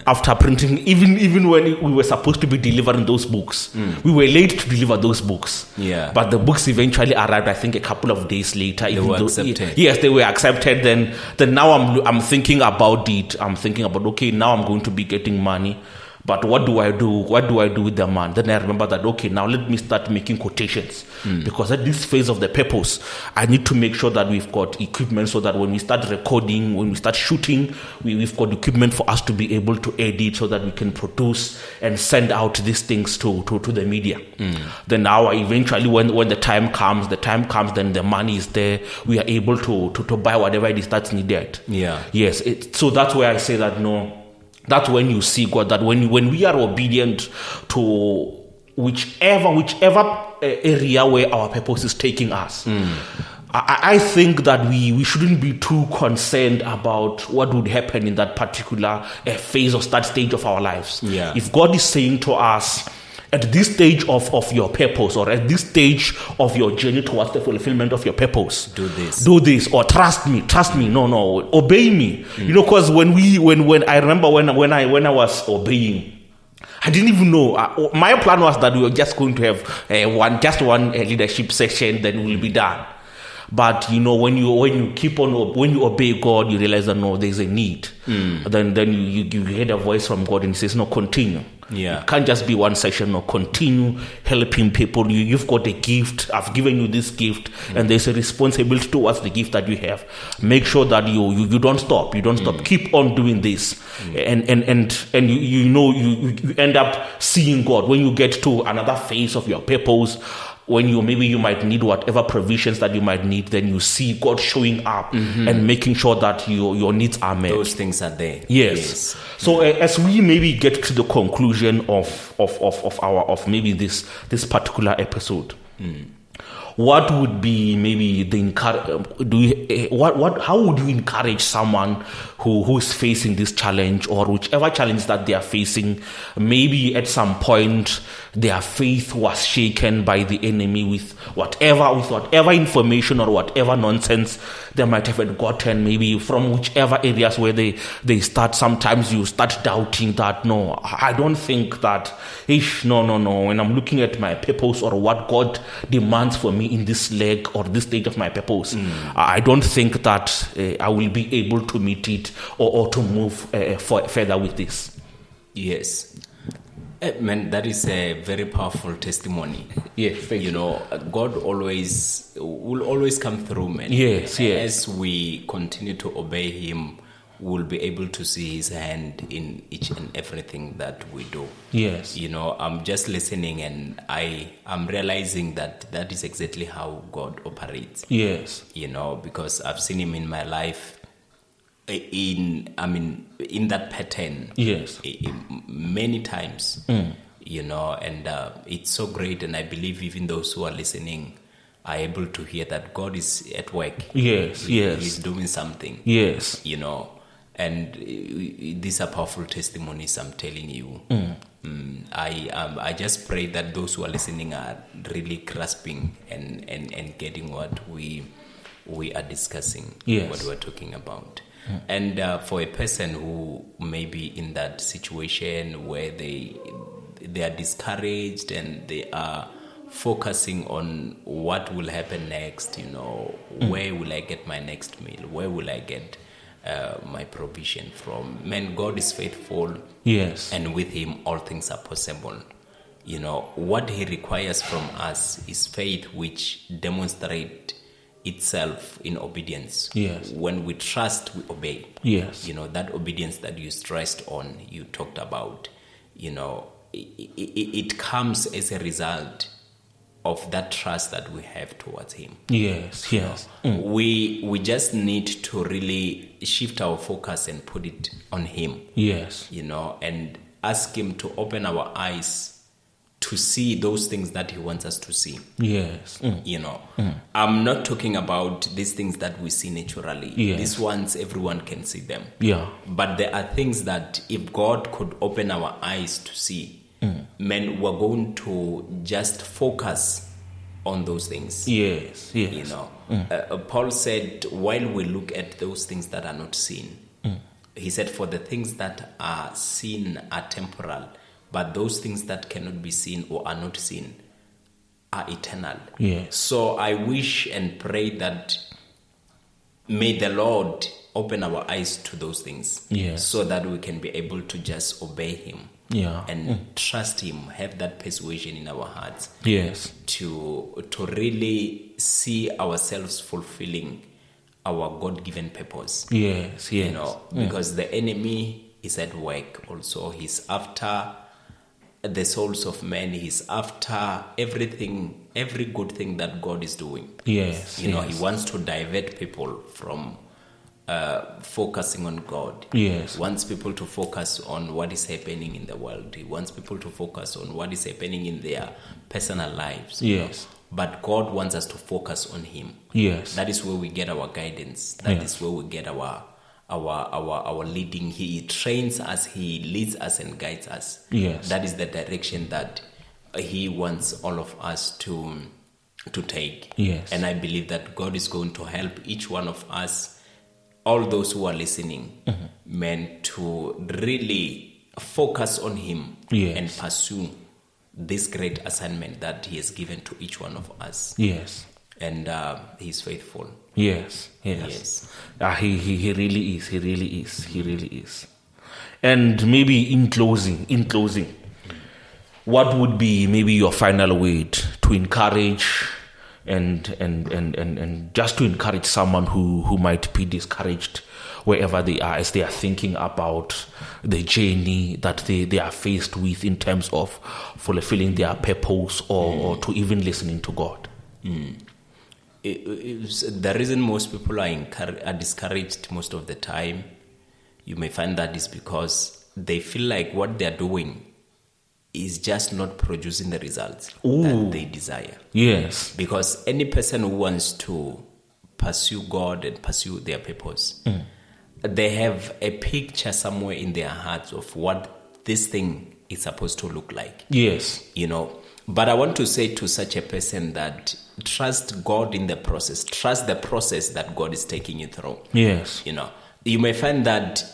After printing, even even when we were supposed to be delivering those books, we were late to deliver those books. Yeah. but the books eventually arrived. I think a couple of days later. even were though- accepted. yes they were accepted then then now i'm i'm thinking about it i'm thinking about okay now i'm going to be getting money but what do i do what do i do with the money then i remember that okay now let me start making quotations Hmm. because at this phase of the purpose i need to make sure that we've got equipment so that when we start recording when we start shooting we, we've got equipment for us to be able to edit so that we can produce and send out these things to to, to the media then now eventually when when the time comes the time comes then the money is there we are able to to, to buy whatever it is that's needed Yeah. yes it, so that's where i say that no that's when you see god that when when we are obedient to whichever whichever uh, area where our purpose is taking us I, I I think that we, we shouldn't be too concerned about what would happen in eh, that particular uh, phase or that stage of our lives. Yeah. If God is saying to us, At this stage of, of your purpose, or at this stage of your journey towards the fulfillment of your purpose, Do this. do this, or trust me, trust me. No, no, obey me. You know, because when we, when, when I remember when, when I, when I was obeying, I didn't even know. I, my plan was that we were just going to have uh, one, just one uh, leadership session, then we'll be done. But you know, when you when you keep on ob- when you obey God, you realize that no, there's a need. Hmm. Then then you, you you hear a voice from God and it says, no, continue. Yeah. It can't just be one session. No, continue helping people. You, you've got a gift. I've given you this gift, and there's a responsibility towards the gift that you have. Make sure that you you, you don't stop. You don't stop. Keep on doing this, and and and and you, you know you you- you end up seeing God when you get to another phase of your purpose. When you maybe you might need whatever provisions that you might need, then you see God showing up and making sure that your your needs are met. Those things are there. Yes. So uh, as we maybe get to the conclusion of of, of, of our of maybe this this particular episode, what would be maybe the encourage? Do you, uh, what what how would you encourage someone who who is facing this challenge or whichever challenge that they are facing? Maybe at some point their faith was shaken by the enemy with whatever with whatever information or whatever nonsense they might have gotten. Maybe from whichever areas where they they start. Sometimes you start doubting that no, I I don't think that. Ish, no, no, no. When I'm looking at my purpose or what God demands for me in this leg or this stage of my purpose, I I don't think that uh, I will be able to meet it or, or to move uh, for, further with this. Yes. Eh, Man, that is a very powerful testimony. Yes, thank you know, God always will always come through, man. Yes, yes. As we continue to obey Him, we'll be able to see His hand in each and everything that we do. Yes. You know, I'm just listening, and I am realizing that that is exactly how God operates Yes. you know, because I've seen him in my life. eh, In I mean, in that pattern, Yes. i- i- many times, you know, and uh, it's so great. And I believe even those who are listening are able to hear that God is at work. Yes. He- Yes. he's doing something. Yes. You know, and uh, these are powerful testimonies. I'm telling you. Mm, I um, I just pray that those who are listening are really grasping and and and getting what we we are discussing. Yes. What we're talking about. And uh, for a person who may be in that situation where they they are discouraged and they are focusing on what will happen next, you know, where will I get my next meal? Where will I get uh, my provision from? Man, God is faithful Yes. and with him all things are possible you know what he requires from us is faith which demonstrate itself in obedience Yes. when we trust we obey Yes. you know that obedience that you stressed on you talked about you know it, it, it comes as a result of that trust that we have towards him Yes. Yes. we we just need to really shift our focus and put it on him Yes. you know, and ask Him to open our eyes to see those things that He wants us to see, Yes. Mm. you know. I'm not talking about these things that we see naturally, Yes. these ones everyone can see them. Yeah. But there are things that if God could open our eyes to see, men we're going to just focus on those things. Yes. Yes. Mm. You know, Uh, uh, Paul said, while we look at those things that are not seen, Mm. he said, for the things that are seen are temporal, but those things that cannot be seen or are not seen are eternal. Yes. So I wish and pray that may the Lord open our eyes to those things Yes. so that we can be able to just obey Him Yeah. and trust Him, have that persuasion in our hearts Yes. to to really see ourselves fulfilling our God-given purpose. Yes. Yes. You know, because the enemy is at work also. He's after the souls of men. He's after everything, every good thing that God is doing. Yes. You know, yes. he wants to divert people from uh, focusing on God. Yes. wants people to focus on what is happening in the world. He wants people to focus on what is happening in their personal lives. you know. Yes. But God wants us to focus on Him. Yes. That is where we get our guidance. That is Yes. where we get our our our our leading. He trains us. He leads us and guides us. Yes. That is the direction that He wants all of us to to take. Yes. And I believe that God is going to help each one of us, all those who are listening, Mm-hmm. men to really focus on Him Yes. and pursue this great assignment that He has given to each one of us. Yes. And uh, He's faithful. Yes, yes. Yes. Ah, he, he, he really is. He really is. He really is. And maybe in closing, in closing, what would be maybe your final word to encourage and, and, and, and, and just to encourage someone who, who might be discouraged wherever they are as they are thinking about the journey that they, they are faced with in terms of fulfilling their purpose or, or to even listening to God? it- it's the reason most people are, encour- are discouraged most of the time, you may find that is because they feel like what they're doing is just not producing the results Ooh. that they desire. Yes. Because any person who wants to pursue God and pursue their purpose, they have a picture somewhere in their hearts of what this thing is supposed to look like Yes. you know but i want to say to such a person that trust god in the process trust the process that god is taking you through Yes. you know you may find that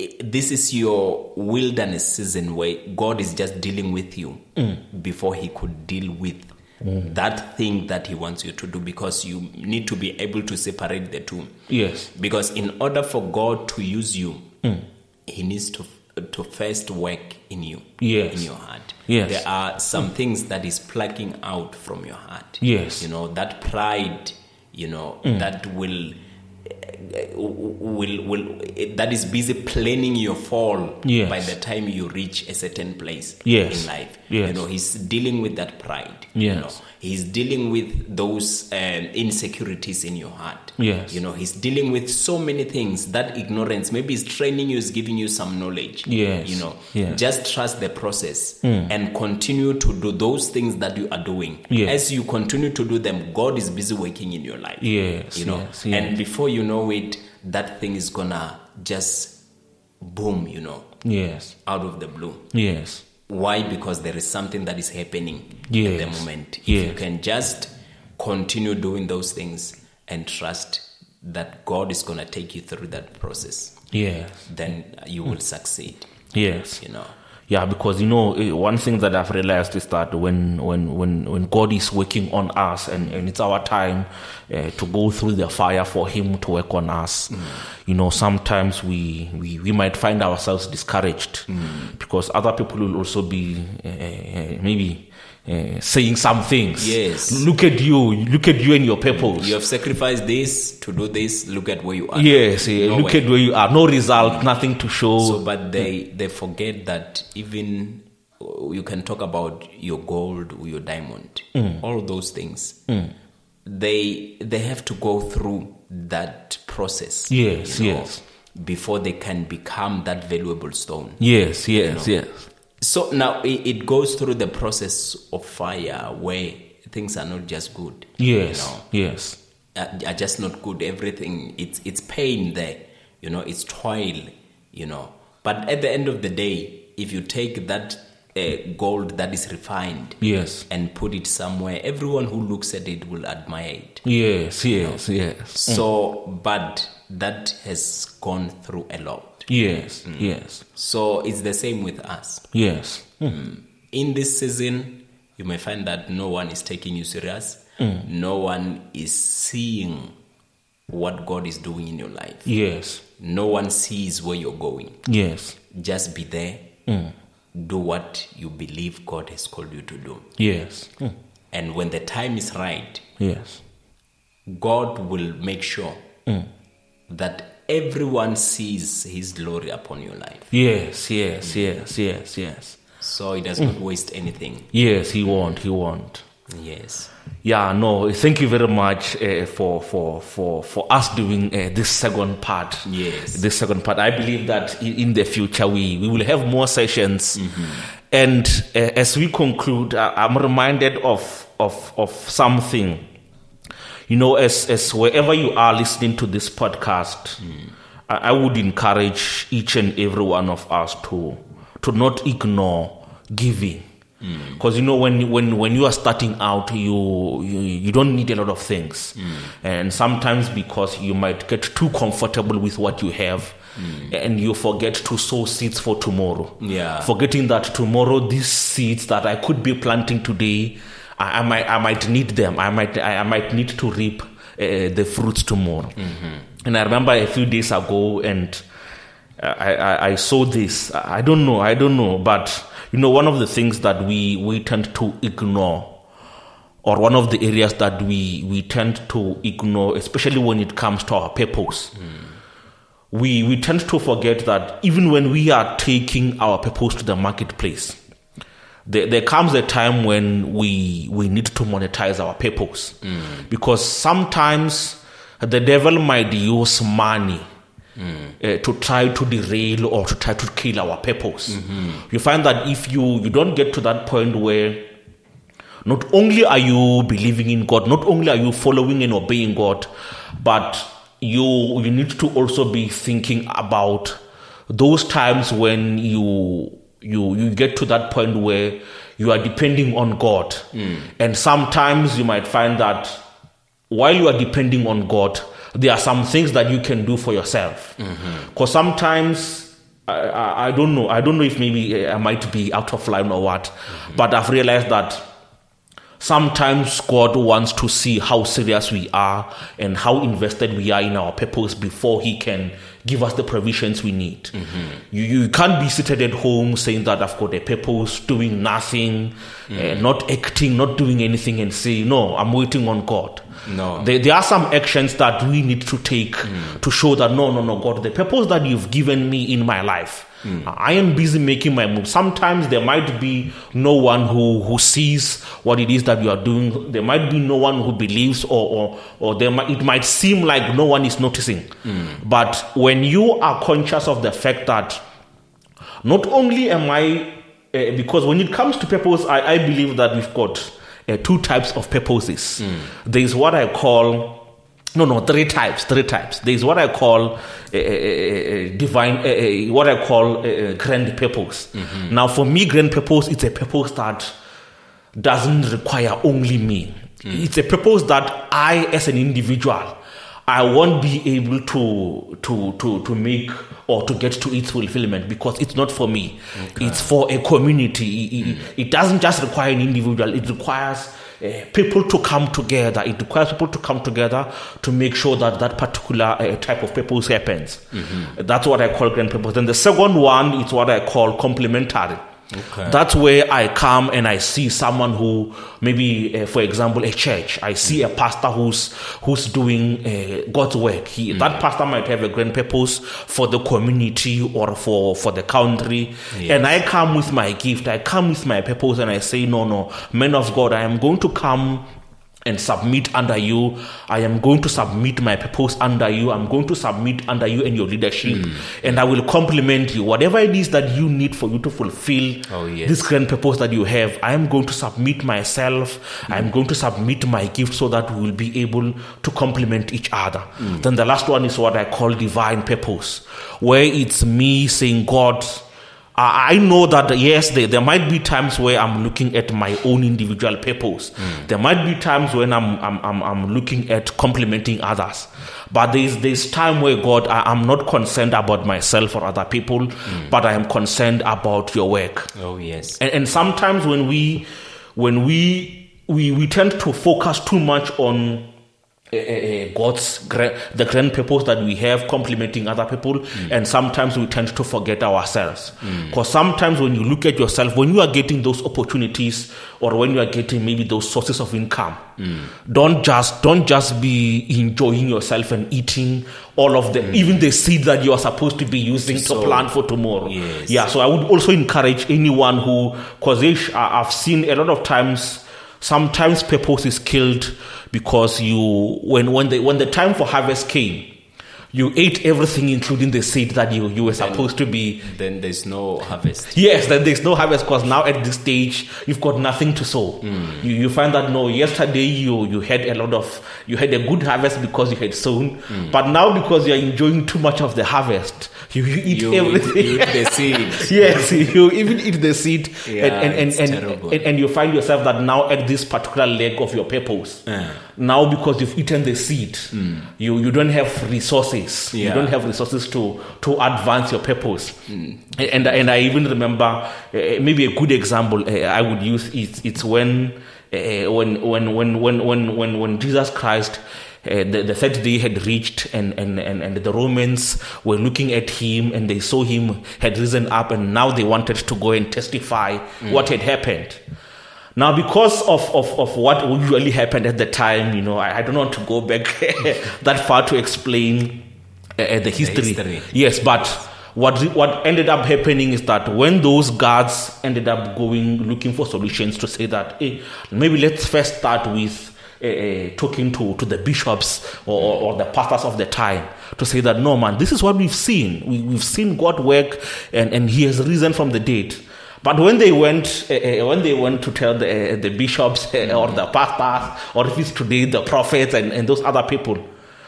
i- this is your wilderness season where god is just dealing with you before he could deal with that thing that he wants you to do because you need to be able to separate the two Yes. because in order for God to use you, He needs to to first work in you, Yes. in your heart. Yes. There are some things that is plucking out from your heart. Yes. Mm. you know that pride, you know that will eh, will will eh, that is busy planning your fall Yes. by the time you reach a certain place Yes. in life. Yes. You know he's dealing with that pride. Yes. You know, he's dealing with those um, insecurities in your heart. Yes. You know, he's dealing with so many things that ignorance, maybe he's training you, he's giving you some knowledge. Yes. You know, Yes. just trust the process and continue to do those things that you are doing. Yes. As you continue to do them, God is busy working in your life. Yes, You know, yes, yes. and before you know it, that thing is gonna just boom, you know, Yes. out of the blue. Yes. Why? Because there is something that is happening at the Yes. moment. If Yes. you can just continue doing those things and trust that God is going to take you through that process, Yes. then you Hmm. will succeed, Yes. you know. Yeah, because you know eh, one thing that I've realized is that when when when when God is working on us and, and it's our time uh, to go through the fire for Him to work on us, Mm. you know sometimes we, we we might find ourselves discouraged Mm. because other people will also be uh, maybe uh, saying some things. Yes. look at you, look at you and your purpose. You have sacrificed this to do this. Look at where you are. Yes, eh, No look way. at where you are. No result, nothing to show. So, but they, they forget that even uh, you can talk about your gold or your diamond, Mm. all those things. They they have to go through that process. Yes, you yes. Before they can become that valuable stone. Yes, yes, yes. So now it, it goes through the process of fire where things are not just good. Yes, You know, yes, are are just not good. Everything it's it's pain there, you know. It's toil, you know. But at the end of the day, if you take that uh, gold that is refined yes, and put it somewhere, everyone who looks at it will admire it. yes, yes, yes, So, but that has gone through a lot. yes, yes, So it's the same with us. yes, in this season, you may find that no one is taking you serious. No one is seeing what God is doing in your life. yes, No one sees where you're going. yes, Just be there. Do what you believe God has called you to do. yes, mm, And when the time is right, yes, God will make sure that everyone sees His glory upon your life. yes, yes, yes, yes, yes. So He does not waste anything. Yes, he won't, he won't. Yes. Yeah, no. Thank you very much uh, for for for for us doing uh, this second part. Yes. this second part. I believe that i- in the future we we will have more sessions. And uh, as we conclude, I, I'm reminded of of of something. You know, as as wherever you are listening to this podcast, I, I would encourage each and every one of us to to not ignore giving Because you know when when when you are starting out, you you, you don't need a lot of things, and sometimes because you might get too comfortable with what you have, and you forget to sow seeds for tomorrow. Yeah. forgetting that tomorrow these seeds that I could be planting today, I, I might I might need them. I might I, I might need to reap uh, the fruits tomorrow. And I remember a few days ago, and I, I, I saw this. I I don't know. I don't know. But you know, one of the things that we we tend to ignore, or one of the areas that we we tend to ignore, especially when it comes to our purpose. We, we tend to forget that even when we are taking our purpose to the marketplace, there, there comes a time when we we need to monetize our purpose because sometimes the devil might use money uh, to try to derail or to try to kill our purpose. You find that if you you don't get to that point where not only are you believing in God, not only are you following and obeying God, but you you need to also be thinking about those times when you you you get to that point where you are depending on God, and sometimes you might find that while you are depending on God, there are some things that you can do for yourself. Because sometimes I, I, I don't know. I don't know if maybe eh, I might be out of line or what, but I've realized that sometimes God wants to see how serious we are and how invested we are in our purpose before He can give us the provisions we need. You, you can't be seated at home saying that I've got a purpose, doing nothing, eh, not acting, not doing anything, and say, No, I'm waiting on God. No. There, there are some actions that we need to take to show that no, no, no, God, the purpose that you've given me in my life, I am busy making my move. Sometimes there might be no one who, who sees what it is that you are doing. There might be no one who believes, or or, or there might, it might seem like no one is noticing. But when you are conscious of the fact that not only am I, uh, because when it comes to purpose, I, I believe that we've got uh, two types of purposes. There is what I call, no, no, three types, three types. There is what I call uh, divine, uh, uh, what I call uh, grand purpose. Now, for me, grand purpose it's a purpose that doesn't require only me. It's a purpose that I, as an individual, I won't be able to to to to make or to get to its fulfillment because it's not for me. It's for a community. It, it- it doesn't just require an individual. It requires uh, people to come together. It requires people to come together to make sure that that particular uh, type of purpose happens. That's what I call grand purpose. Then the second one is what I call complementary. Okay. That's where I come and I see someone who maybe, uh, for example, a church. I see a pastor who's who's doing uh, God's work. He, That pastor might have a grand purpose for the community or for for the country. And I come with my gift. I come with my purpose, and I say, no, no, man of God, I am going to come and submit under you. I am going to submit my purpose under you. I'm going to submit under you and your leadership. And I will complement you. Whatever it is that you need for you to fulfill Oh, yes. this grand purpose that you have, I am going to submit myself. Mm. I'm going to submit my gift so that we will be able to complement each other. Mm. Then the last one is what I call divine purpose, where it's me saying, God, I I know that yes, there, there might be times where I'm looking at my own individual purpose. Mm. There might be times when I'm I'm, I'm, I'm looking at complimenting others. But there's there's time where God, I, I'm not concerned about myself or other people, Mm. but I am concerned about your work. Oh yes. And, and sometimes when we when we we, we tend to focus too much on uh, God's gra- the grand purpose that we have, complimenting other people, Mm. and sometimes we tend to forget ourselves. Because sometimes when you look at yourself, when you are getting those opportunities, or when you are getting maybe those sources of income, Mm. don't just don't just be enjoying yourself and eating all of the even the seed that you are supposed to be using Mm. So- to plant for tomorrow. Yes. Yeah, so I would also encourage anyone who, because I've seen a lot of times, sometimes purpose is killed because you, when when the when the time for harvest came, you ate everything, including the seed that you, you were supposed to be. then there's no harvest. Yes, then there's no harvest because now at this stage you've got nothing to sow. Mm. You, you find that no, yesterday you you had a lot of you had a good harvest because you had sown, Mm. but now because you're enjoying too much of the harvest, you, you eat You, everything. you eat the seed. yes, you even eat the seed, Yeah, and, and, it's and, and, terrible. and and you find yourself that now at this particular leg of your purpose, now because you've eaten the seed, you you don't have resources. You Mm. Yeah. don't have resources to to advance your purpose. And and I even remember uh, maybe a good example uh, I would use is it's when. Uh, when, when, when, when, when, when, when Jesus Christ, uh, the, the third day had reached, and, and, and, and the Romans were looking at him, and they saw him had risen up, and now they wanted to go and testify what had happened. Now, because of, of, of what usually happened at the time, you know, I, I don't want to go back that far to explain uh, uh, the, history. history. Yes, but what what ended up happening is that when those guards ended up going looking for solutions to say that hey, maybe let's first start with. Uh, talking to, to the bishops or, or, or the pastors of the time to say that no man this is what we've seen we, we've seen god work and, and he has risen from the dead but when they went, uh, uh, when they went to tell the, uh, the bishops uh, or the pastors, or if it's today the prophets and, and those other people,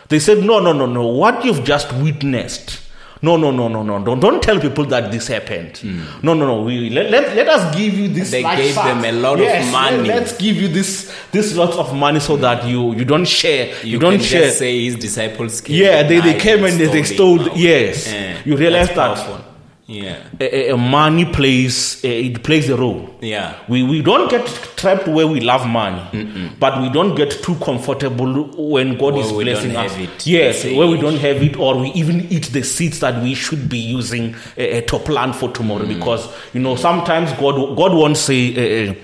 they said, no, no, no, no. What you've just witnessed. No, no, no, no, no. Don't, don't tell people that this happened. No, no, no. We, let, let, let us give you this. Hmm. They large gave sack. them a lot of Yes, let- money. Let's give you this this lot of money so that you, you don't share. You, You, don't can share. just say his disciples came. yeah, at they, they night came and they, they stole stole. him out. Yes. Eh, you realize that's that powerful. Yeah. a, a- a money plays, eh, it plays a role. Yeah. We, we don't get trapped where we love money, but we don't get too comfortable when God Where is we don't blessing us. have it. yes, Yes, where we eh. don't have it, or we even eat the seeds that we should be using uh, uh, to plan for tomorrow. Mm. Because you know, sometimes God God won't say uh,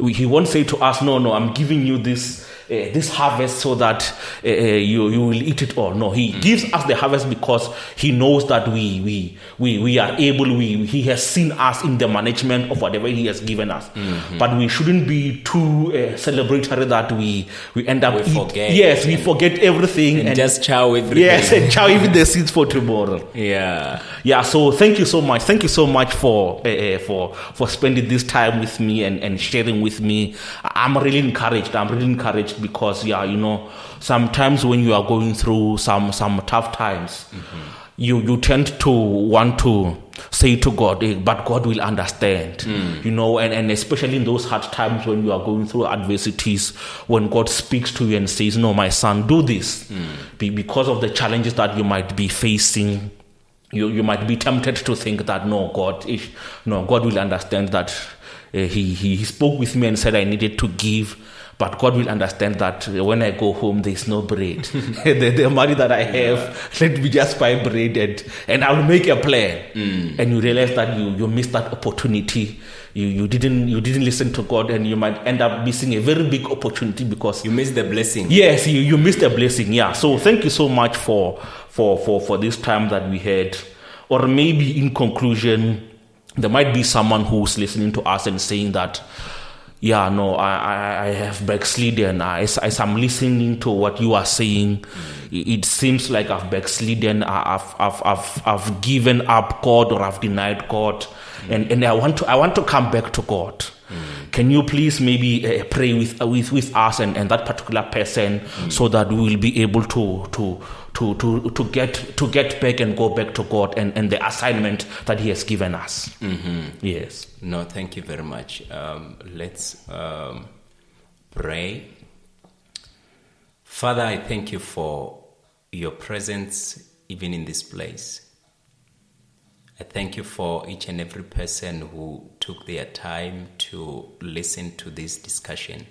uh, He won't say to us, "No, no, I'm giving you this." Uh, this harvest so that uh, uh, you you will eat it all. No, he gives us the harvest because he knows that we we we, we are able. We he has seen us in the management of whatever he has given us. Mm-hmm. But we shouldn't be too uh, celebratory that we we end up We forget. Yes, we forget everything And, just chow everything. Yes, and ciao even the seeds for tomorrow. Yeah. Yeah, so thank you so much. Thank you so much for uh, for for spending this time with me and, and sharing with me. I- I'm really encouraged. I'm really encouraged because yeah, you know, sometimes when you are going through some some tough times, you you tend to want to say to God, eh, but God will understand, you know, and, and especially in those hard times when you are going through adversities, when God speaks to you and says, No, my son, do this Be- because of the challenges that you might be facing you you might be tempted to think that no God is no God will understand that uh, he, he he spoke with me and said I needed to give. But God will understand that uh, when I go home, there's no bread. the, the money that I have, let me just buy bread and, and I'll make a plan. And you realize that you, you missed that opportunity. You, you didn't you didn't listen to God, and you might end up missing a very big opportunity because You missed the blessing. Yes, you, you missed a blessing. Yeah. So thank you so much for for for for this time that we had. Or maybe in conclusion, there might be someone who's listening to us and saying that, yeah, no, I I, I have backslidden. I, as, as I'm listening to what you are saying, it, it seems like I've backslidden. I, I've, I've I've I've given up God or I've denied God, and and I want to I want to come back to God. Can you please maybe uh, pray with, with with us and, and that particular person so that we will be able to to to to to get to get back and go back to God and, and the assignment that He has given us. Mm-hmm. Yes. No, thank you very much. Um, let's um, pray. Father, I thank you for your presence even in this place. I thank you for each and every person who took their time to listen to this discussion.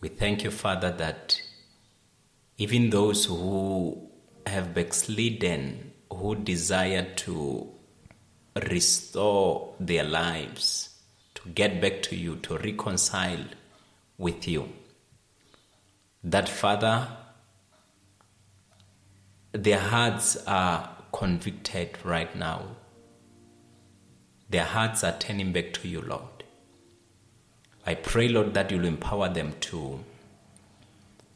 We thank you, Father, that even those who have backslidden, who desire to restore their lives, to get back to you, to reconcile with you. That, Father, their hearts are convicted right now. Their hearts are turning back to you, Lord. I pray, Lord, that you'll empower them to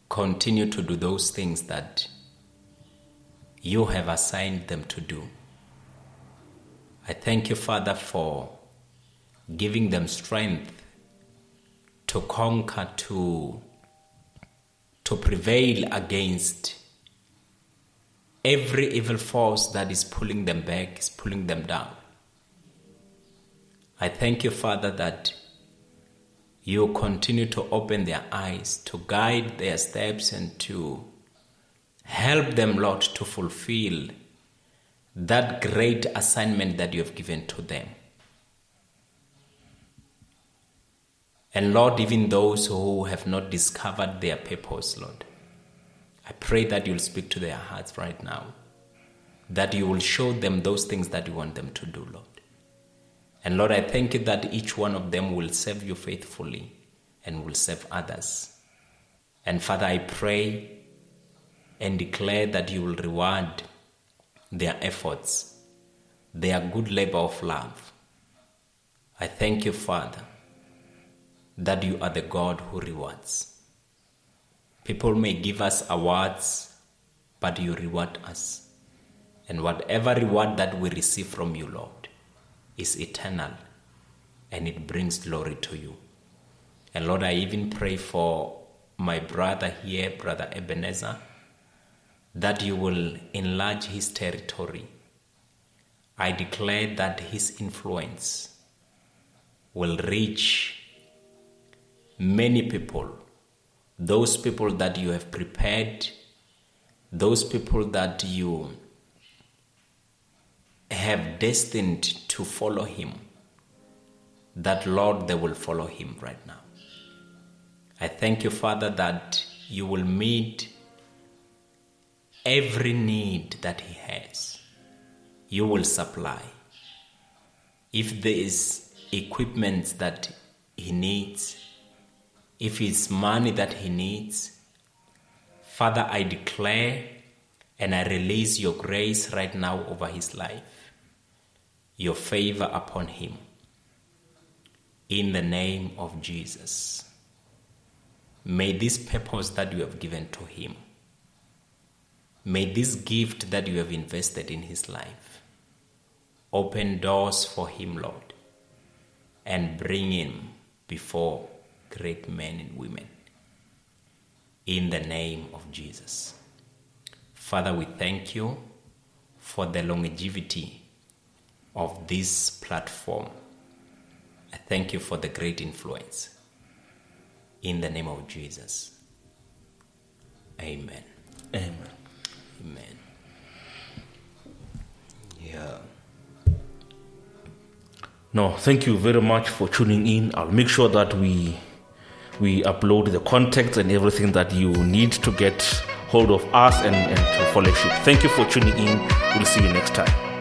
continue to do those things that you have assigned them to do. I thank you, Father, for giving them strength to conquer, to, to prevail against every evil force that is pulling them back, is pulling them down. I thank you, Father, that you continue to open their eyes, to guide their steps, and to help them, Lord, to fulfill that great assignment that you have given to them. And Lord, even those who have not discovered their purpose, Lord, I pray that you'll speak to their hearts right now, that you will show them those things that you want them to do, Lord. And Lord, I thank you that each one of them will serve you faithfully and will serve others. And Father, I pray and declare that you will reward their efforts, their good labor of love. I thank you, Father, that you are the God who rewards. People may give us awards, but you reward us. And whatever reward that we receive from you, Lord, is eternal and it brings glory to you. And Lord, I even pray for my brother here, Brother Ebenezer, that you will enlarge his territory. I declare that his influence will reach many people, those people that you have prepared, those people that you have destined to follow him, that Lord, they will follow him right now. I thank you, Father, that you will meet every need that he has. You will supply. If there is equipment that he needs, if it's money that he needs, Father, I declare and I release your grace right now over his life, your favor upon him. In the name of Jesus, may this purpose that you have given to him, may this gift that you have invested in his life open doors for him, Lord, and bring him before great men and women. In the name of Jesus. Father, we thank you for the longevity of this platform. I thank you for the great influence. In the name of Jesus. Amen. Amen. Amen. Yeah. No, thank you very much for tuning in. I'll make sure that we we upload the contacts and everything that you need to get hold of us and, and to fellowship. Thank you for tuning in. We'll see you next time.